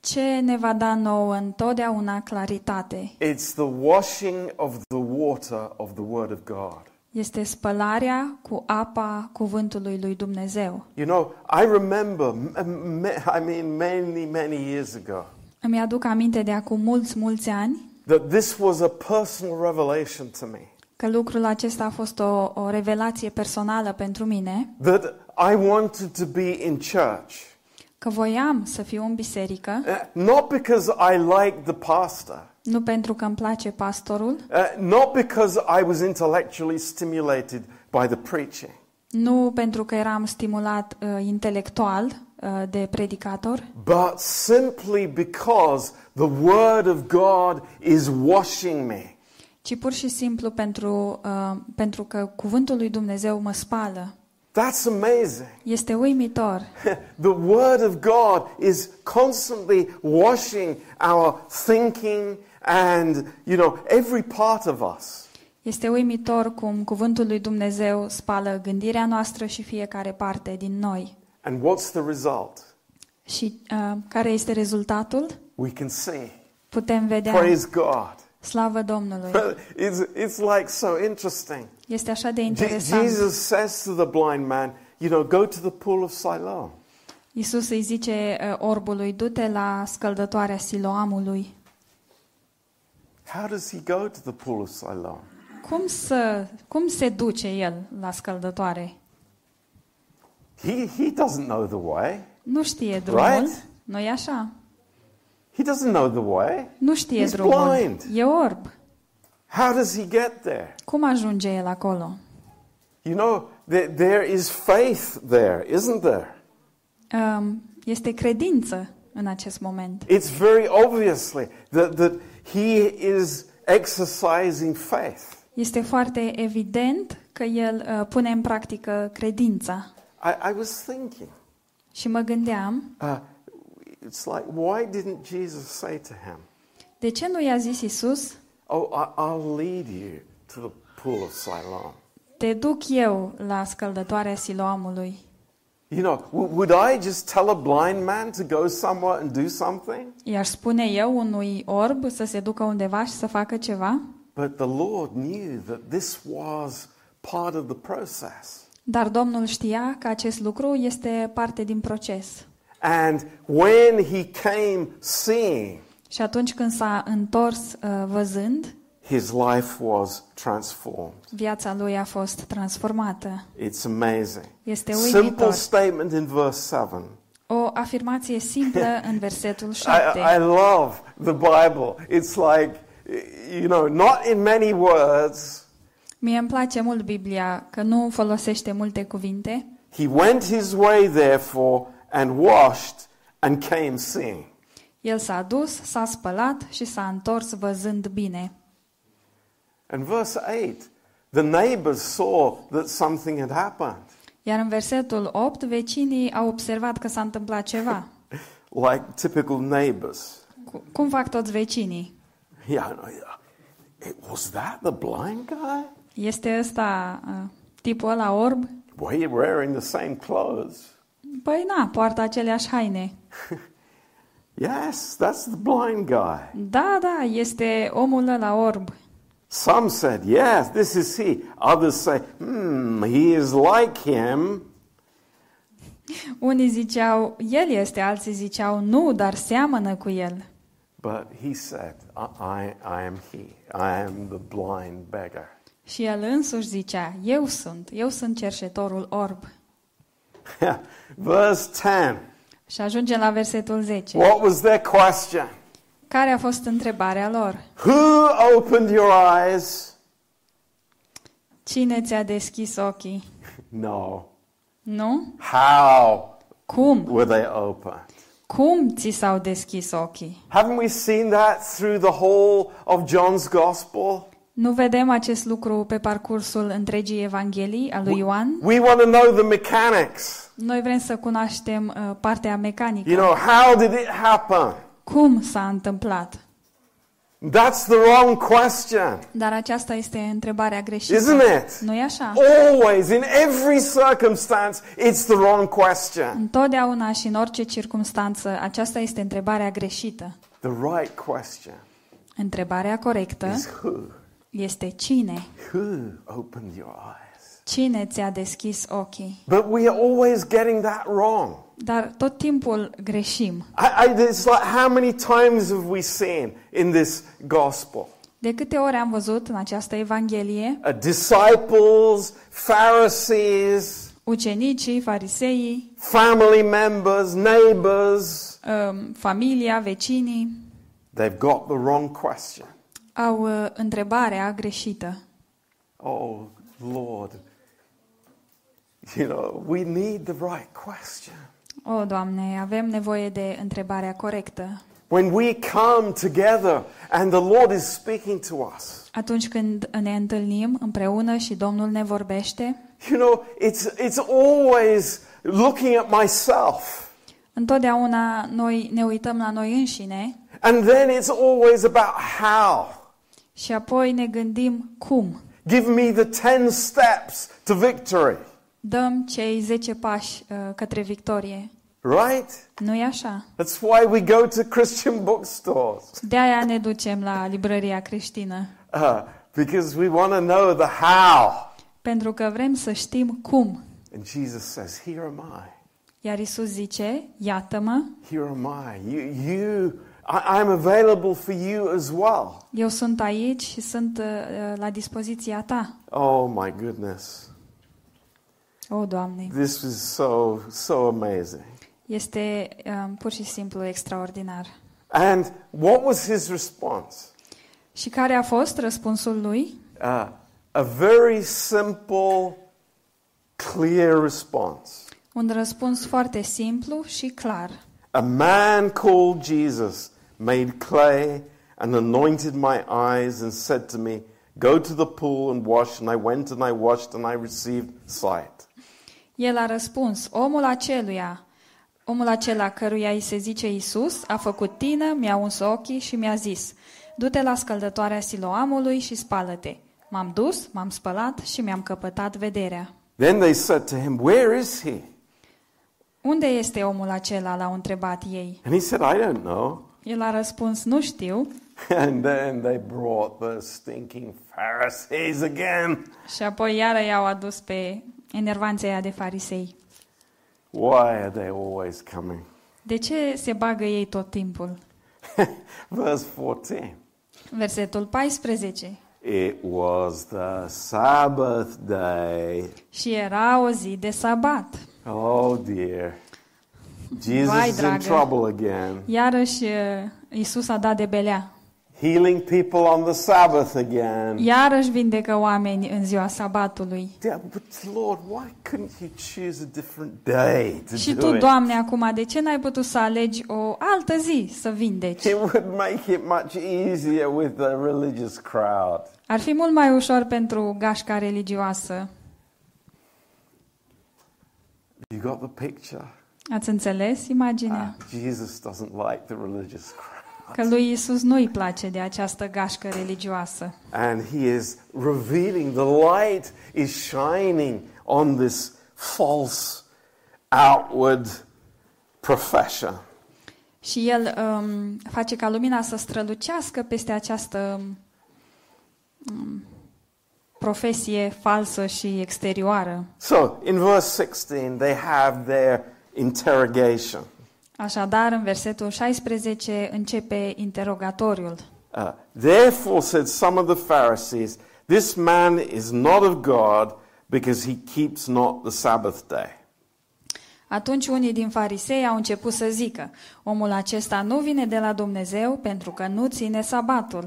S2: Ce ne va da nouă întotdeauna claritate?
S1: It's the washing of the water of the Word of God.
S2: Este spălarea cu apa cuvântului lui Dumnezeu.
S1: You know, I remember, m- m- ma- I mean, many, many years ago,
S2: Îmi aduc aminte de acum mulți, mulți ani
S1: that this was a personal revelation to me.
S2: că lucrul acesta a fost o, o revelație personală pentru mine,
S1: That I wanted to be in church.
S2: că voiam să fiu în biserică,
S1: Uh, Not because I liked the pastor,
S2: nu pentru că îmi place pastorul,
S1: uh, not because I was intellectually stimulated by the preaching,
S2: nu pentru că eram stimulat uh, intelectual uh, de predicator,
S1: but simply because the Word of God is washing me.
S2: ci pur și simplu pentru, uh, pentru că cuvântul lui Dumnezeu mă spală.
S1: That's amazing.
S2: Este uimitor.
S1: The Word of God is constantly washing our thinking and, you know, every part of us.
S2: Este uimitor cum cuvântul lui Dumnezeu spală gândirea noastră și fiecare parte din noi.
S1: And what's the result?
S2: Și uh, care este rezultatul?
S1: We can see.
S2: Putem vedea.
S1: Praise God.
S2: Slavă Domnului!
S1: It's, it's like so interesting.
S2: Este așa de
S1: Je-
S2: interesant.
S1: Jesus says to the blind man, you know, go to the pool of Siloam.
S2: Iisus îi zice uh, orbului, du-te la scăldătoarea Siloamului.
S1: How does he go to the pool of Siloam?
S2: Cum, să, cum se duce el la scăldătoare?
S1: He, he doesn't know the way.
S2: Nu știe drumul,
S1: Right?
S2: nu e așa?
S1: He doesn't know the way.
S2: Nu știe
S1: He's
S2: drumul.
S1: blind.
S2: E orb.
S1: How does he get there?
S2: Cum ajunge el acolo?
S1: You know, there, there is faith there, isn't there?
S2: Um, Este credință în acest moment.
S1: It's very obviously that, that he is exercising faith.
S2: Este foarte evident că el uh, pune în practică credința.
S1: I, I was thinking,
S2: Și mă gândeam,
S1: uh, it's like, why didn't Jesus say to him,
S2: de ce nu i-a zis Isus,
S1: Oh, I, I'll lead you to the pool of Siloam?
S2: te duc eu la scăldătoarea Siloamului?
S1: You know, w- would I just tell a blind man to go somewhere and do something?
S2: I-aș spune eu unui orb să se ducă undeva și să facă ceva?
S1: But the Lord knew that this was part of the process.
S2: Dar Domnul știa că acest lucru este parte din proces.
S1: And when he came seeing,
S2: Și atunci când s-a întors uh, văzând,
S1: his life was transformed.
S2: viața lui a fost transformată.
S1: It's amazing.
S2: Este
S1: Simple
S2: uimitor.
S1: statement in verse 7.
S2: O afirmație simplă în versetul
S1: I,
S2: 7.
S1: I love the Bible. It's like, you know, not in many words.
S2: Mie îmi place mult Biblia, că nu folosește multe cuvinte.
S1: He went his way, therefore, and washed and came seeing.
S2: El s-a dus, s-a spălat și s-a întors văzând bine.
S1: And verse 8 the neighbors saw that something had happened,
S2: Iar în versetul 8, vecinii au observat că s-a întâmplat ceva.
S1: like typical neighbors.
S2: Cu- Cum fac toți vecinii?
S1: Yeah, I know, yeah. It, was that the blind guy?
S2: Este ăsta uh, tipul ăla orb?
S1: Were you wearing the same clothes?
S2: Păi na, poartă aceleași haine.
S1: Yes, that's the blind guy.
S2: Da, da, este omul ăla orb.
S1: Some said, Yes, this is he. Others say, Hmm, he is like him.
S2: Unii ziceau, el este, alții ziceau, nu, dar seamănă cu el.
S1: But he said, I, I, I am he. I am the blind beggar.
S2: Și el însuși zicea, eu sunt, eu sunt cerșetorul orb.
S1: Verse 10.
S2: Și ajungem la versetul 10.
S1: What was their question?
S2: Care a fost întrebarea lor?
S1: Who opened your eyes?
S2: Cine ți-a deschis ochii?
S1: No.
S2: Nu?
S1: How
S2: Cum?
S1: were they open?
S2: Cum ți s-au deschis ochii?
S1: Haven't we seen that through the whole of John's gospel?
S2: Nu vedem acest lucru pe parcursul întregii Evanghelii a lui Ioan?
S1: We want to know the mechanics.
S2: Noi vrem să cunoaștem uh, partea
S1: You
S2: mecanică.
S1: know, how did it happen?
S2: Cum s-a întâmplat?
S1: That's the wrong question.
S2: Dar aceasta este întrebarea greșită.
S1: Isn't it?
S2: Nu-i așa?
S1: Always, in every circumstance, it's the wrong question.
S2: Întotdeauna și în orice circunstanță, aceasta este întrebarea greșită.
S1: The right question
S2: Întrebarea corectă
S1: is who?
S2: este cine?
S1: Who opened your eyes?
S2: Cine ți-a deschis ochii?
S1: But we are always getting that wrong.
S2: Dar tot timpul greșim.
S1: I, I, it's like how many times have we seen in this gospel?
S2: De câte ori am văzut în această Evanghelie,
S1: Uh, disciples, Pharisees,
S2: ucenicii, fariseii,
S1: family members, neighbors,
S2: um, familia, vecinii,
S1: they've got the wrong question.
S2: au uh, întrebarea greșită.
S1: Oh, Lord, you know, we need the right question.
S2: O, Doamne, avem nevoie de întrebarea corectă.
S1: When we come together and the Lord is speaking to us,
S2: Atunci când ne întâlnim împreună și Domnul ne vorbește,
S1: you know, it's, it's always looking at myself.
S2: Întotdeauna noi ne uităm la noi înșine
S1: And then it's always about how.
S2: și apoi ne gândim cum.
S1: Give me the 10 steps to victory,
S2: Dăm cei 10 pași uh, către victorie.
S1: right?
S2: Nu-i așa?
S1: That's why we go to Christian bookstores,
S2: De aia ne ducem la librăria creștină,
S1: uh, because we want to know the how.
S2: pentru că vrem să știm cum.
S1: And Jesus says, Here am I.
S2: Iar Isus zice, iată-mă,
S1: Here am I. You, you I, I'm available for you as well.
S2: eu sunt aici și sunt uh, uh, la dispoziția ta.
S1: Oh my goodness.
S2: O, Doamne,
S1: This is so, so amazing.
S2: este uh, pur și simplu extraordinar.
S1: And what was his response?
S2: Și care a fost răspunsul lui?
S1: Uh, a very simple, clear response.
S2: Un răspuns foarte simplu și clar.
S1: A man called Jesus made clay and anointed my eyes and said to me, Go to the pool and wash. And I went and I washed and I received sight.
S2: El a răspuns, omul aceluia, omul acela căruia îi se zice Iisus, a făcut tină, mi-a uns ochii și mi-a zis, du-te la scăldătoarea siloamului și spală-te. M-am dus, m-am spălat și mi-am căpătat vederea.
S1: Then they said to him, Where is he?
S2: Unde este omul acela? L-au întrebat ei.
S1: And he said, I don't know.
S2: El a răspuns, nu știu.
S1: And then they brought the stinking Pharisees again.
S2: Și apoi iară i-au adus pe enervanții aia de farisei.
S1: Why are they always coming?
S2: De ce se bagă ei tot timpul?
S1: Verse 14.
S2: Versetul 14.
S1: It was the Sabbath day.
S2: Și era o zi de sabat.
S1: Oh dear. Jesus
S2: Vai,
S1: is in
S2: dragă.
S1: trouble again.
S2: Iarăși eh, Isus a dat de belea.
S1: Healing people on the Sabbath again.
S2: Iarăși vindecă oameni în ziua sabatului.
S1: Yeah, but Lord, why couldn't you choose a different day to
S2: Și
S1: do
S2: tu,
S1: it?
S2: Doamne, acum, de ce n-ai putut să alegi o altă zi să vindeci?
S1: It would make it much easier with the religious crowd.
S2: Ar fi mult mai ușor pentru gașca religioasă.
S1: You got the picture?
S2: Ați înțeles imaginea?
S1: Ah, Jesus doesn't like the religious crowd.
S2: Că lui Isus nu-i place de această gașcă religioasă.
S1: And he is revealing the light is shining on this false outward profession.
S2: Și el um, face ca lumina să strălucească peste această um, profesie falsă și exterioară.
S1: So in verse 16, they have their interrogation.
S2: Așadar, în versetul 16 începe interogatoriul.
S1: Uh, Therefore, said some of the Pharisees, this man is not of God because he keeps not the Sabbath day.
S2: Atunci unii din farisei au început să zică, omul acesta nu vine de la Dumnezeu pentru că nu ține sabatul.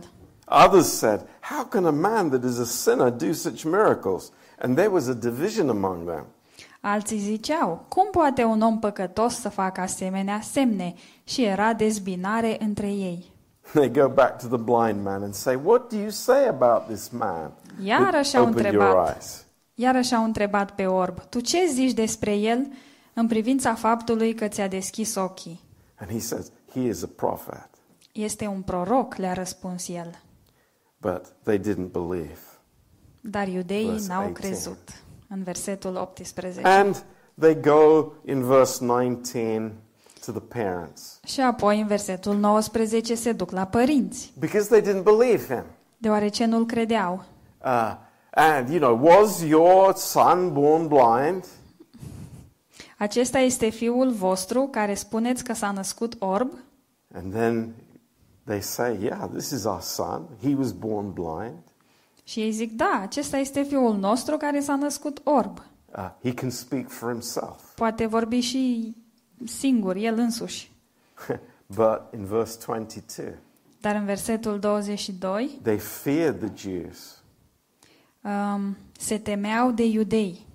S1: Others said, How can a man that is a sinner do such miracles? And there was a division among them.
S2: Alții ziceau, cum poate un om păcătos să facă asemenea semne? Și era dezbinare între ei.
S1: They go back to the blind man and say, What do you say about this man?
S2: Iarăși au
S1: Open your
S2: întrebat,
S1: eyes.
S2: iarăși au întrebat pe orb, tu ce zici despre el în privința faptului că ți-a deschis ochii?
S1: And he says, He is a prophet.
S2: Este un proroc, le-a răspuns el.
S1: But they didn't believe.
S2: Dar iudeii
S1: Verse
S2: n-au
S1: 18.
S2: crezut. În versetul 18.
S1: And they go in verse 19 to the parents
S2: Și apoi, în versetul 19, se duc la părinți,
S1: because they didn't believe him.
S2: deoarece nu-l credeau.
S1: Uh, and, you know, was your son born blind?
S2: Acesta este fiul vostru care spuneți că s-a născut orb?
S1: And then they say, Yeah, this is our son. He was born blind.
S2: Și ei zic, da, acesta este fiul nostru care s-a născut orb.
S1: Uh, he can speak for himself.
S2: Poate vorbi și singur, el însuși.
S1: but in verse 22,
S2: Dar în versetul 22
S1: they feared the Jews,
S2: um, se temeau de iudei,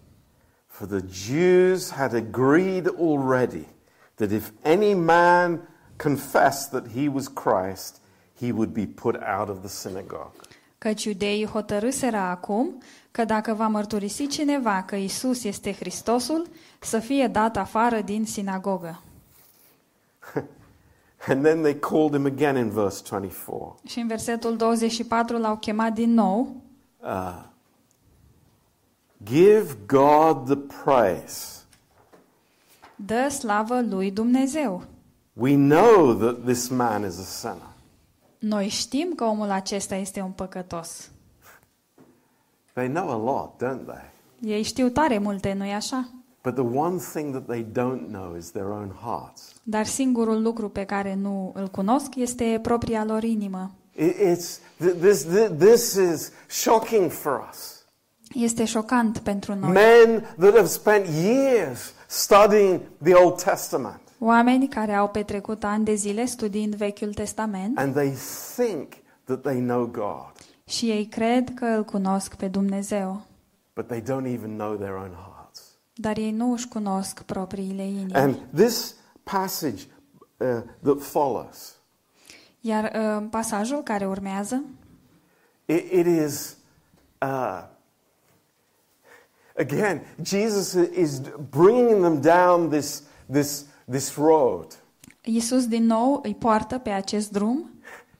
S1: for the Jews had agreed already that if any man confessed that he was Christ, he would be put out of the synagogue.
S2: căci iudeii hotărâseră acum că dacă va mărturisi cineva că Isus este Hristosul, să fie dat afară din sinagogă.
S1: And then they called him again in verse 24.
S2: Și în versetul 24 l-au chemat din nou.
S1: Uh, Give God the praise.
S2: Dă slavă lui Dumnezeu.
S1: We know that this man is a sinner.
S2: Noi știm că omul acesta este un păcătos.
S1: They know a lot, don't they?
S2: Ei știu tare multe, nu-i așa?
S1: But the one thing that they don't know is their own hearts.
S2: Dar singurul lucru pe care nu îl cunosc este propria lor inimă.
S1: It- It's, th- this, th- this is shocking for us.
S2: Este șocant pentru noi.
S1: Men that have spent years studying the Old Testament
S2: Oameni care au petrecut ani de zile studiind Vechiul Testament
S1: and they think that they know God,
S2: și ei cred că îl cunosc pe Dumnezeu.
S1: but they don't even know their own hearts.
S2: Dar ei nu își cunosc propriile inimi.
S1: And this passage uh, that follows,
S2: Iar uh, pasajul care urmează
S1: It, it is, uh, again, Jesus is bringing them down this, this, this road,
S2: Iisus din nou îi poartă pe acest drum,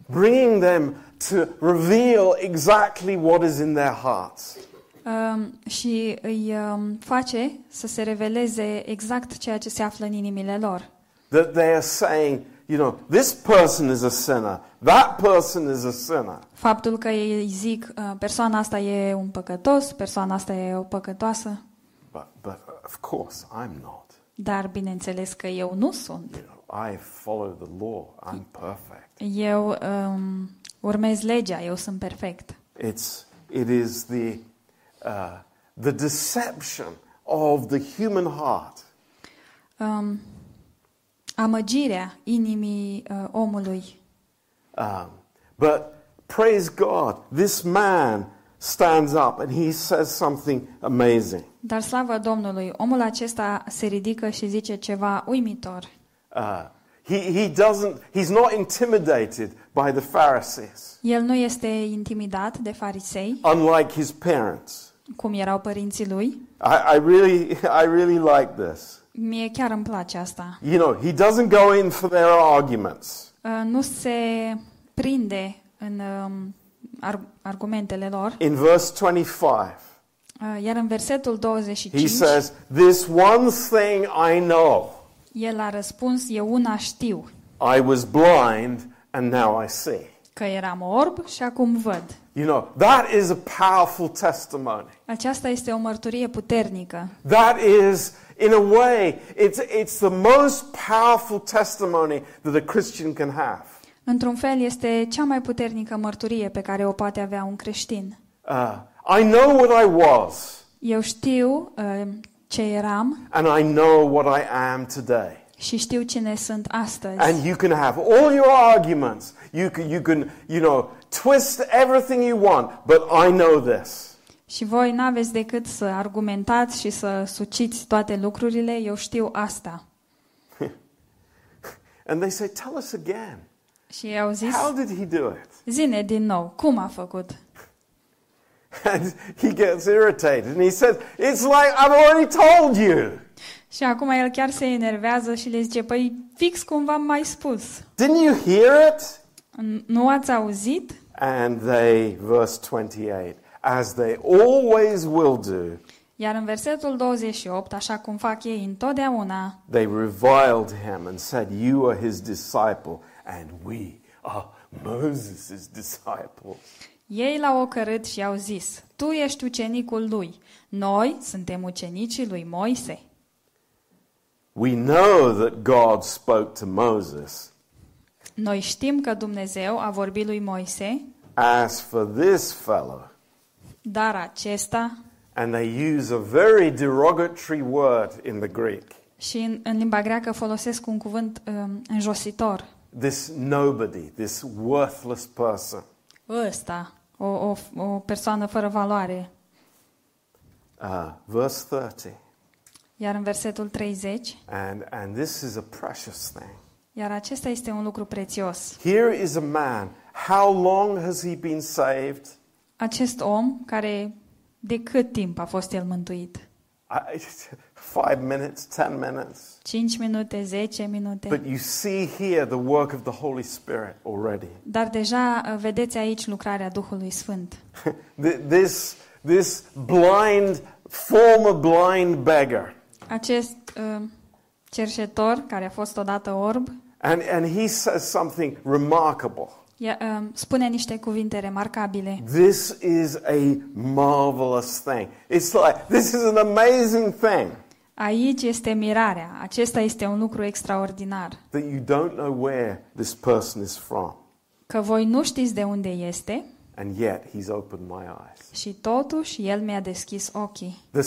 S1: bringing them to reveal exactly what is in their hearts.
S2: um, și îi um, face să se reveleze exact ceea ce se află în inimile lor.
S1: That they are saying, you know, this person is a sinner, that person is a sinner.
S2: Faptul că ei zic uh, persoana asta e un păcătos, persoana asta e o păcătoasă,
S1: But, but of course, I'm not.
S2: dar bineînțeles că eu nu sunt.
S1: You know, I follow the law, I'm perfect.
S2: Eu um, urmez legea, eu sunt perfect.
S1: It's, it is the, uh, the deception of the human heart.
S2: Um, amăgirea inimii uh, omului.
S1: Um, but praise God, this man stands up and he says something amazing.
S2: Dar slavă Domnului, omul acesta se ridică și zice ceva uimitor.
S1: Uh, he, he doesn't, he's not intimidated by the Pharisees,
S2: El nu este intimidat de farisei,
S1: unlike his parents.
S2: cum erau părinții lui.
S1: I, I, really, I really like this.
S2: Mie chiar îmi place asta.
S1: You know, he doesn't go in for their arguments.
S2: Uh, Nu se prinde în um, ar- argumentele lor.
S1: In verse 25,
S2: Uh, Iar în versetul
S1: he
S2: 25,
S1: says, This one thing I know
S2: el a răspuns, eu una știu,
S1: I was blind and now I see.
S2: că eram orb și acum văd.
S1: You know, that is a powerful testimony.
S2: Aceasta este o mărturie puternică.
S1: That is, in a way, it's, it's the most powerful testimony that a Christian can have.
S2: Într-un fel, este cea mai puternică mărturie pe care o poate avea un creștin.
S1: Uh, I know what I was,
S2: Eu știu uh, ce eram
S1: and I know what I am today.
S2: și știu cine sunt astăzi.
S1: And you can have all your arguments. You can, you can, you know, twist everything you want, but I know this.
S2: Și voi n-aveți decât să argumentați și să suciți toate lucrurile, eu știu asta.
S1: And they say, Tell us again.
S2: Și eu au zis,
S1: How did he do it?
S2: zine din nou, cum a făcut?
S1: And he gets irritated and he says, It's like I've already told you.
S2: Și acum el chiar se enervează și le zice, păi fix cum v-am mai spus.
S1: Didn't you hear it?
S2: N- Nu ați auzit?
S1: And they, verse 28, as they always will do,
S2: Iar în versetul 28, așa cum fac ei întotdeauna,
S1: they reviled him and said, You are his disciple, and we are Moses' disciples.
S2: ei l-au ocărât și au zis, tu ești ucenicul lui, noi suntem ucenicii lui Moise.
S1: We know that God spoke to Moses.
S2: Noi știm că Dumnezeu a vorbit lui Moise,
S1: As for this fellow,
S2: dar acesta
S1: and they use a very derogatory word in the Greek
S2: Și în, în limba greacă folosesc un cuvânt um, înjositor.
S1: this nobody, this worthless person.
S2: Ăsta, o, o, o persoană fără valoare.
S1: Uh, verse 30.
S2: Iar în versetul 30,
S1: And, and this is a precious thing.
S2: iar acesta este un lucru prețios.
S1: Here is a man. How long has he been saved?
S2: Acest om, care de cât timp a fost el mântuit?
S1: I, five minutes, ten minutes.
S2: 5 minute, 10 minute.
S1: But you see here the work of the Holy Spirit already.
S2: Dar deja uh, vedeți aici lucrarea Duhului Sfânt.
S1: Th- this, this blind, former blind beggar.
S2: Acest uh, cerșetor, care a fost odată orb,
S1: And, and he says something remarkable.
S2: ia- uh, spune niște cuvinte remarcabile.
S1: This is a marvelous thing. It's like, this is an amazing thing
S2: Aici este mirarea. Acesta este un lucru extraordinar.
S1: that you don't know where this person is from.
S2: Că voi nu știți de unde este
S1: And yet he's opened my eyes.
S2: și totuși El mi-a deschis ochii.
S1: the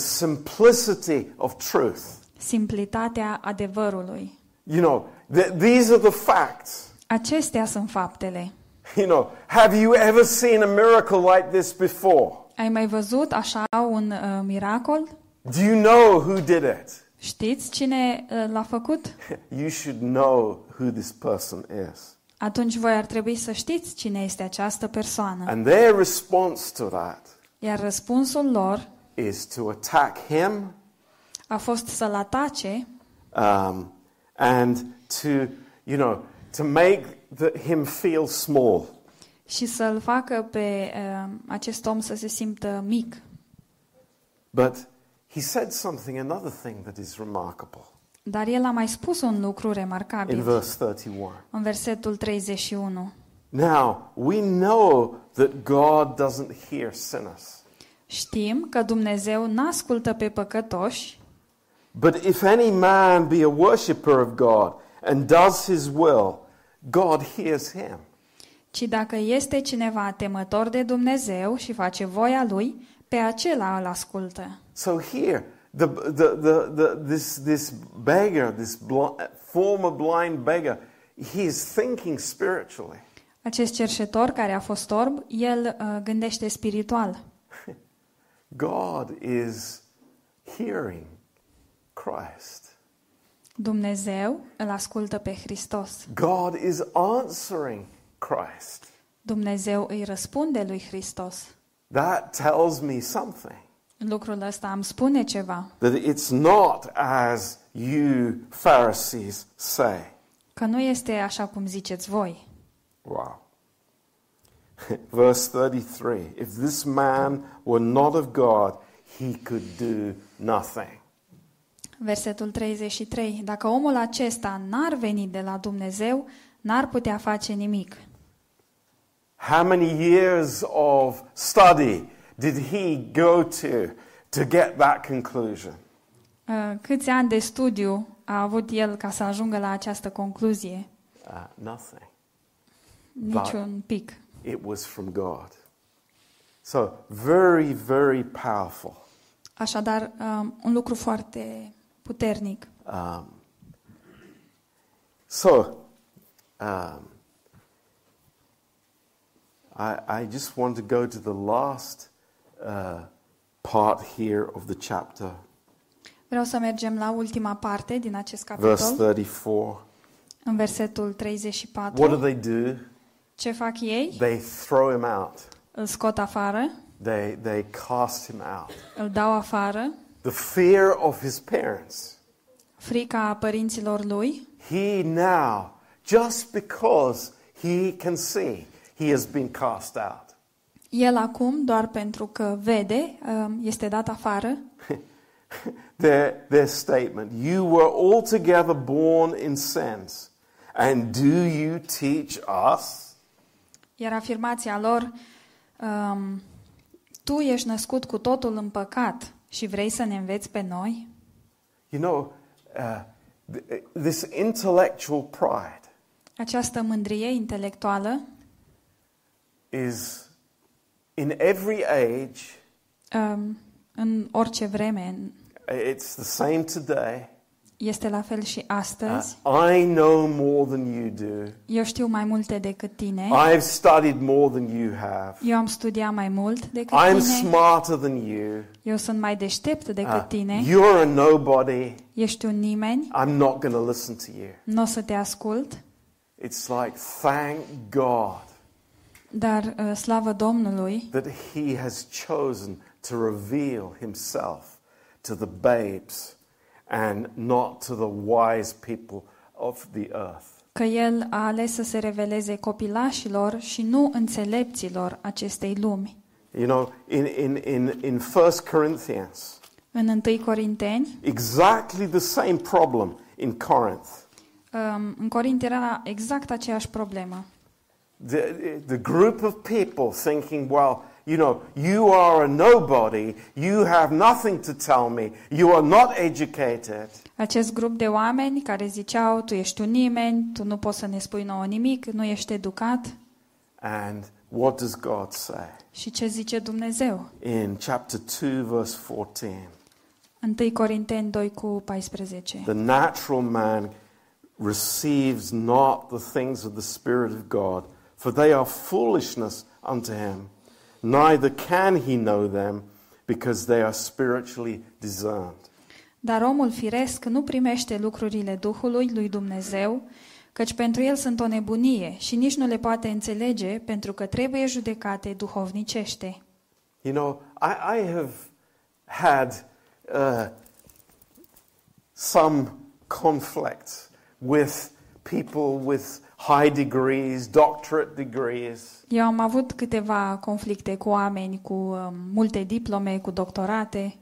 S1: simplicity of truth.
S2: Simplitatea adevărului.
S1: You know, th- these are the facts.
S2: Acestea sunt faptele.
S1: You know, have you ever seen a miracle like this before?
S2: Ai mai văzut așa un uh, miracol?
S1: Do you know who did it?
S2: Știți cine uh, l-a făcut?
S1: You should know who this person is.
S2: Atunci voi ar trebui să știți cine este această persoană.
S1: And their response to that
S2: Iar răspunsul lor
S1: is to attack him
S2: a fost să-l atace
S1: um, and to, you know, to make the, him feel small.
S2: și să-l facă pe uh, acest om să se simtă mic.
S1: But he said something, another thing that is remarkable
S2: Dar el a mai spus un lucru
S1: in
S2: remarcabil
S1: verse 31.
S2: în versetul 31.
S1: Now, we know that God doesn't hear sinners.
S2: Știm că Dumnezeu n-ascultă pe păcătoși,
S1: But if any man be a worshipper of God and does his will, God hears him.
S2: ci dacă este cineva temător de Dumnezeu și face voia lui, pe acela îl ascultă.
S1: So here, the, the, the, the, this, this beggar, this bl- former blind beggar, he is thinking spiritually.
S2: Acest cerșetor care a fost orb, el uh, gândește spiritual.
S1: God is hearing Christ.
S2: Dumnezeu îl ascultă pe Hristos.
S1: God is answering Christ.
S2: Dumnezeu îi răspunde lui Hristos.
S1: That tells me something.
S2: Lucrul ăsta îmi spune ceva,
S1: That it's not as you Pharisees say.
S2: că nu este așa cum ziceți voi.
S1: Wow. Verse 33 If this man were not of God, he could do nothing.
S2: Versetul 33. Dacă omul acesta n-ar veni de la Dumnezeu, n-ar putea face nimic.
S1: How many years of study did he go to to get that conclusion?
S2: Uh, Câți ani de studiu a avut el ca să ajungă la această concluzie?
S1: Uh, nothing.
S2: Niciun pic.
S1: It was from God. So, very, very powerful.
S2: Așadar, um, un lucru foarte puternic.
S1: Um, so, um, I, I just want to go to the last uh, part here of the chapter,
S2: Vreau să mergem la ultima parte din acest
S1: verse
S2: capitol,
S1: 34.
S2: în versetul
S1: What do
S2: 34.
S1: they do?
S2: Ce fac ei?
S1: They throw him out,
S2: Îl scot afară,
S1: they, they cast him out.
S2: îl dau afară,
S1: The fear of his parents.
S2: frica a părinților lui.
S1: He now, just because he can see, he has been cast out.
S2: El acum, doar pentru că vede, um, este dat afară,
S1: their, their statement You were altogether born in sins, and do you teach us?
S2: Iar afirmația lor, um, tu ești născut cu totul în păcat și vrei să ne înveți pe noi?
S1: You know, uh, th- this intellectual pride
S2: Această mândrie intelectuală
S1: is in every age,
S2: um, în orice vreme în-
S1: it's the same today.
S2: este la fel și
S1: Uh,
S2: astăzi.
S1: I know more than you do.
S2: Eu știu mai multe decât tine.
S1: I've studied more than you have.
S2: Eu am studiat mai mult decât
S1: I'm
S2: tine.
S1: smarter than you.
S2: Eu sunt mai deștept
S1: Uh,
S2: decât tine.
S1: you're a nobody.
S2: Ești un nimeni.
S1: I'm not going to listen to you.
S2: Nu o să te ascult.
S1: It's like, thank God
S2: Dar uh, slavă Domnului
S1: that He has chosen to reveal Himself to the babes and not to the wise people of the earth.
S2: că El a ales să se reveleze copilașilor și nu înțelepților acestei lumi.
S1: You know, in, in, in, in 1 Corinthians,
S2: În 1 Corinteni,
S1: exactly the same problem in Corinth.
S2: um, în Corint era exact aceeași problemă.
S1: The, the group of people thinking, well, you know, you are a nobody, you have nothing to tell me, you are not educated.
S2: Acest grup de oameni care ziceau, tu ești un nimeni, tu nu poți să ne spui nouă nimic, nu ești educat.
S1: And what does God say?
S2: Și ce zice Dumnezeu?
S1: In chapter 2, verse 14,
S2: 1 Corinteni 2 cu 14.
S1: the natural man receives not the things of the Spirit of God, for they are foolishness unto him. Neither can he know them, because they are spiritually discerned.
S2: Dar omul firesc nu primește lucrurile Duhului lui Dumnezeu, căci pentru el sunt o nebunie și nici nu le poate înțelege pentru că trebuie judecate duhovnicește.
S1: You know, I, I have had uh, some conflicts with people with high degrees, doctorate degrees.
S2: Eu am uh, avut câteva conflicte cu oameni cu um, multe diplome, cu doctorate,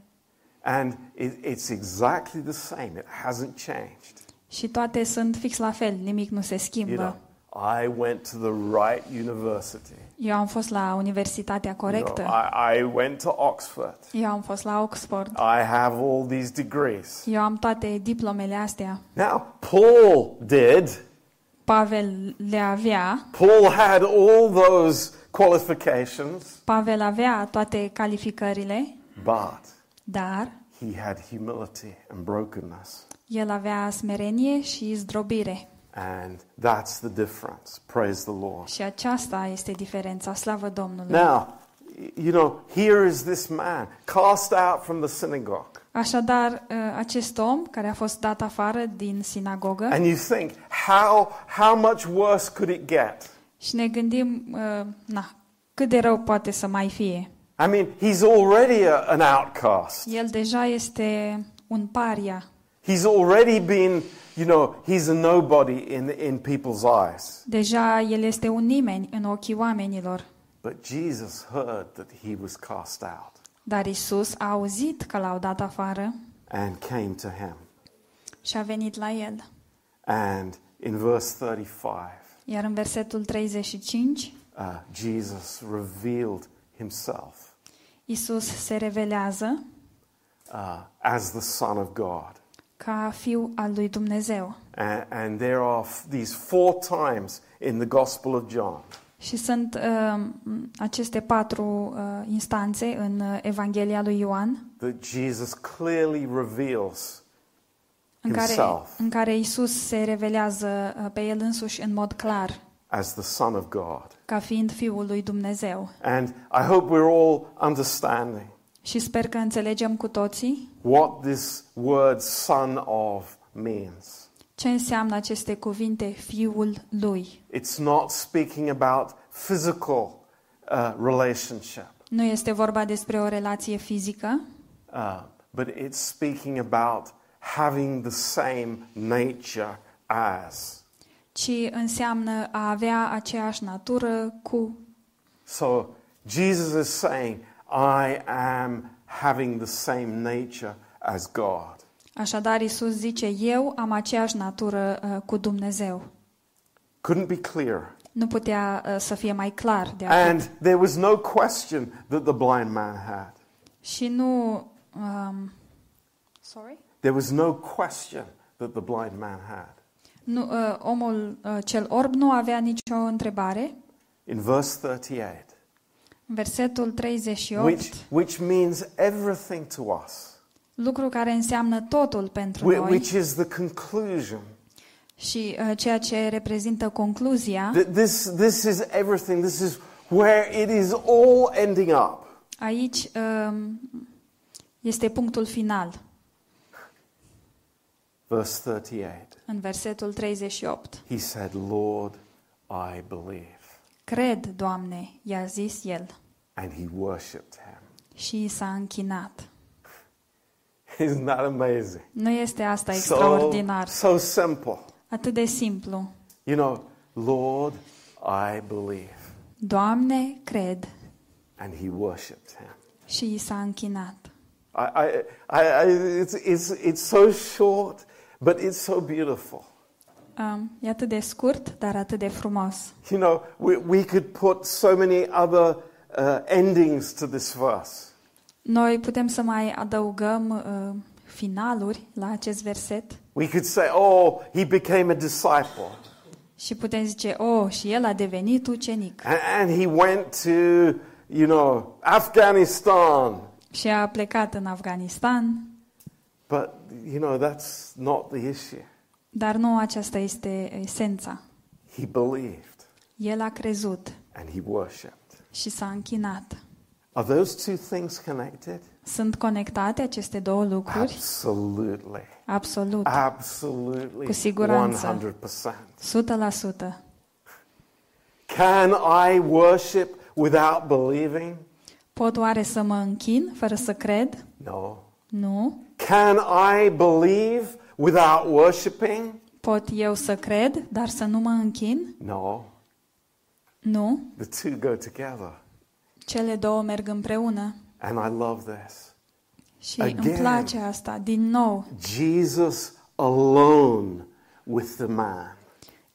S1: And it, it's exactly the same, it hasn't changed.
S2: Și toate sunt fix la fel, nimic nu se
S1: You know,
S2: schimbă.
S1: I went to the right university.
S2: Eu am fost la universitatea
S1: You know,
S2: corectă.
S1: I, I went to Oxford.
S2: Eu am fost la Oxford.
S1: I have all these degrees.
S2: Eu am toate diplomele astea.
S1: Now, Paul did.
S2: Pavel le avea.
S1: Paul had all those qualifications,
S2: Pavel avea toate calificările,
S1: but
S2: dar
S1: he had humility and brokenness.
S2: el avea smerenie și zdrobire.
S1: And that's the difference. Praise the Lord.
S2: Și aceasta este diferența, slavă Domnului.
S1: Now, y- you know, here is this man cast out from the synagogue.
S2: Așadar, ă, acest om care a fost dat afară din sinagogă
S1: And you think, how, how much worse could it get?
S2: și ne gândim, ă, na, cât de rău poate să mai fie.
S1: I mean, he's already a, an outcast.
S2: El deja este un paria.
S1: He's already been, you know, he's a nobody in, in people's eyes.
S2: Deja el este un nimeni în ochii oamenilor.
S1: But Jesus heard that he was cast out
S2: Dar Isus a auzit că l-au dat afară
S1: and came to him.
S2: și a venit la el.
S1: And in verse 35,
S2: Iar în versetul 35,
S1: uh, Jesus revealed himself
S2: Isus se revelează
S1: uh, as the Son of God.
S2: ca fiu al lui Dumnezeu.
S1: And, and there are f- these four times in the Gospel of John
S2: Și sunt uh, aceste patru uh, instanțe în uh, Evanghelia lui Ioan
S1: that Jesus clearly reveals
S2: în care,
S1: himself
S2: în care Isus se revelează uh, pe el însuși în mod clar
S1: as the Son of God.
S2: ca fiind fiul lui Dumnezeu.
S1: And I hope we're all understanding
S2: Și sper că înțelegem cu toții
S1: what this word son of means.
S2: ce înseamnă aceste cuvinte fiul lui.
S1: It's not speaking about physical uh, relationship,
S2: Nu este vorba despre o relație fizică,
S1: uh, but it's speaking about having the same nature as.
S2: ci înseamnă a avea aceeași natură cu.
S1: So Jesus is saying, I am having the same nature as God.
S2: Așadar, Isus zice, eu am aceeași natură uh, cu Dumnezeu.
S1: Couldn't be clearer.
S2: Nu putea uh, să fie mai clar de atât.
S1: And there was no question that the blind man had.
S2: Și nu... Um, sorry?
S1: There was no question that the blind man had.
S2: Nu, uh, omul uh, cel orb nu avea nicio întrebare.
S1: In verse 38,
S2: În Versetul 38,
S1: which, which means everything to us,
S2: lucru care înseamnă totul pentru
S1: whi-
S2: noi
S1: which is the conclusion.
S2: și uh, ceea ce reprezintă concluzia,
S1: Th- This, this is everything. This is where it is all ending up.
S2: aici um, este punctul final.
S1: Verse 38.
S2: În versetul 38.
S1: He said, Lord, I believe.
S2: Cred, Doamne, i-a zis el.
S1: And he worshipped him.
S2: Și i s-a închinat.
S1: Isn't that amazing?
S2: Nu este asta
S1: So,
S2: extraordinar.
S1: so simple.
S2: Atât de simplu.
S1: You know, Lord, I believe.
S2: Doamne, cred.
S1: And he worshipped him.
S2: Și i s-a închinat.
S1: I, I, I, I, it's, it's, it's so short, but it's so beautiful.
S2: Um, e atât de scurt, dar atât de frumos.
S1: You know, we, we could put so many other uh, endings to this verse.
S2: Noi putem să mai adăugăm uh, finaluri la acest verset
S1: We could say, oh, he became a disciple.
S2: și putem zice, oh, și el a devenit ucenic
S1: And, and he went to, you know, Afghanistan.
S2: și a plecat în Afganistan,
S1: But, you know, that's not the issue.
S2: dar nu aceasta este esența.
S1: He believed
S2: El a crezut
S1: and he worshipped.
S2: și s-a închinat.
S1: Are those two things connected?
S2: Sunt conectate aceste două lucruri?
S1: Absolutely.
S2: Absolut.
S1: Absolutely.
S2: Cu siguranță.
S1: 100%.
S2: 100%.
S1: Can I worship without believing?
S2: Pot oare să mă închin fără să cred?
S1: No.
S2: Nu.
S1: Can I believe without worshiping?
S2: Pot eu să cred, dar să nu mă închin?
S1: No.
S2: Nu.
S1: The two go together.
S2: Cele două merg împreună.
S1: And I love this.
S2: Și îmi place asta. Din nou,
S1: Jesus alone with the man.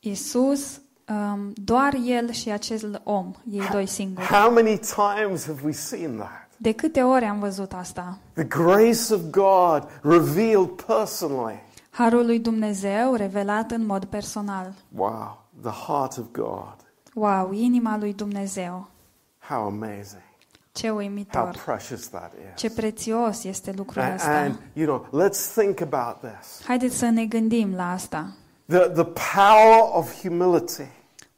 S2: Isus, um, doar El și acel om, ei doi singuri.
S1: How many times have we seen that?
S2: De câte ori am văzut asta?
S1: The grace of God revealed personally.
S2: Harul lui Dumnezeu revelat în mod personal.
S1: Wow, the heart of God.
S2: Wow, inima lui Dumnezeu.
S1: How amazing.
S2: Ce
S1: How
S2: uimitor.
S1: precious that is.
S2: Ce prețios este lucrul
S1: And,
S2: ăsta.
S1: and, you know, let's think about this.
S2: Haideți să ne gândim la asta.
S1: The, the power of humility,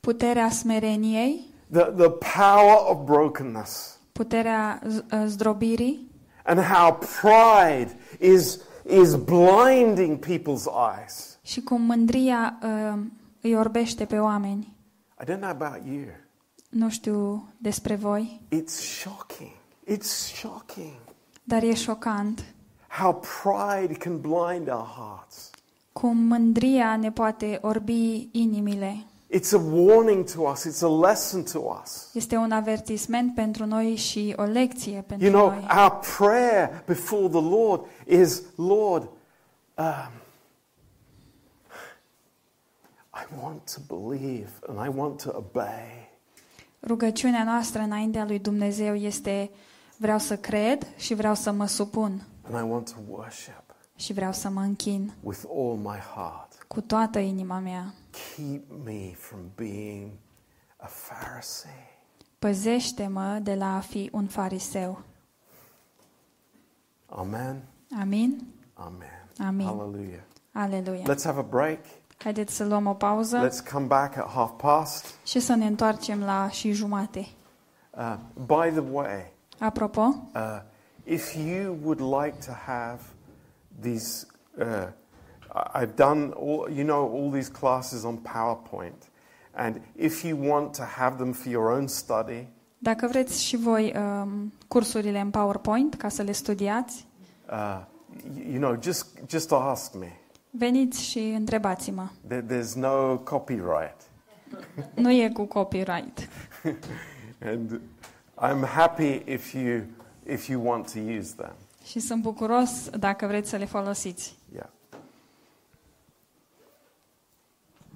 S2: Puterea smereniei,
S1: the, the power of brokenness,
S2: puterea z- ă, zdrobirii
S1: and how pride is, is blinding people's eyes.
S2: și cum mândria uh, îi orbește pe oameni.
S1: I don't know about you.
S2: Nu știu despre voi,
S1: It's shocking. It's shocking
S2: dar e șocant
S1: how pride can blind our hearts.
S2: cum mândria ne poate orbi inimile.
S1: It's a warning to us, it's a lesson to us.
S2: Este un avertisment pentru noi și o lecție pentru
S1: You know,
S2: noi.
S1: our prayer before the Lord is Lord, um, I want to believe and I want to obey.
S2: Rugăciunea noastră înaintea lui Dumnezeu este vreau să cred și vreau să mă supun
S1: And I want to worship
S2: și vreau să mă închin
S1: with all my heart.
S2: cu toată inima mea.
S1: Keep me from being a Pharisee.
S2: Păzește-mă de la a fi un fariseu.
S1: Amen.
S2: Amin?
S1: Amen.
S2: Amin.
S1: Hallelujah.
S2: Aleluia.
S1: Let's have a break.
S2: Haideți să luăm o pauză
S1: Let's come back at half past.
S2: și să ne întoarcem la și jumate.
S1: Uh, by the way,
S2: Apropo,
S1: Uh, if you would like to have these, uh, I- I've done all, you know all these classes on PowerPoint, and if you want to have them for your own study,
S2: dacă vreți și voi um, cursurile în PowerPoint ca să le studiați,
S1: uh, y- you know just just ask me.
S2: veniți și întrebați-mă.
S1: There, there's no copyright,
S2: Nu e cu copyright.
S1: and I'm happy if you if you want to use them.
S2: Și sunt bucuros dacă vreți să le folosiți.
S1: Yeah.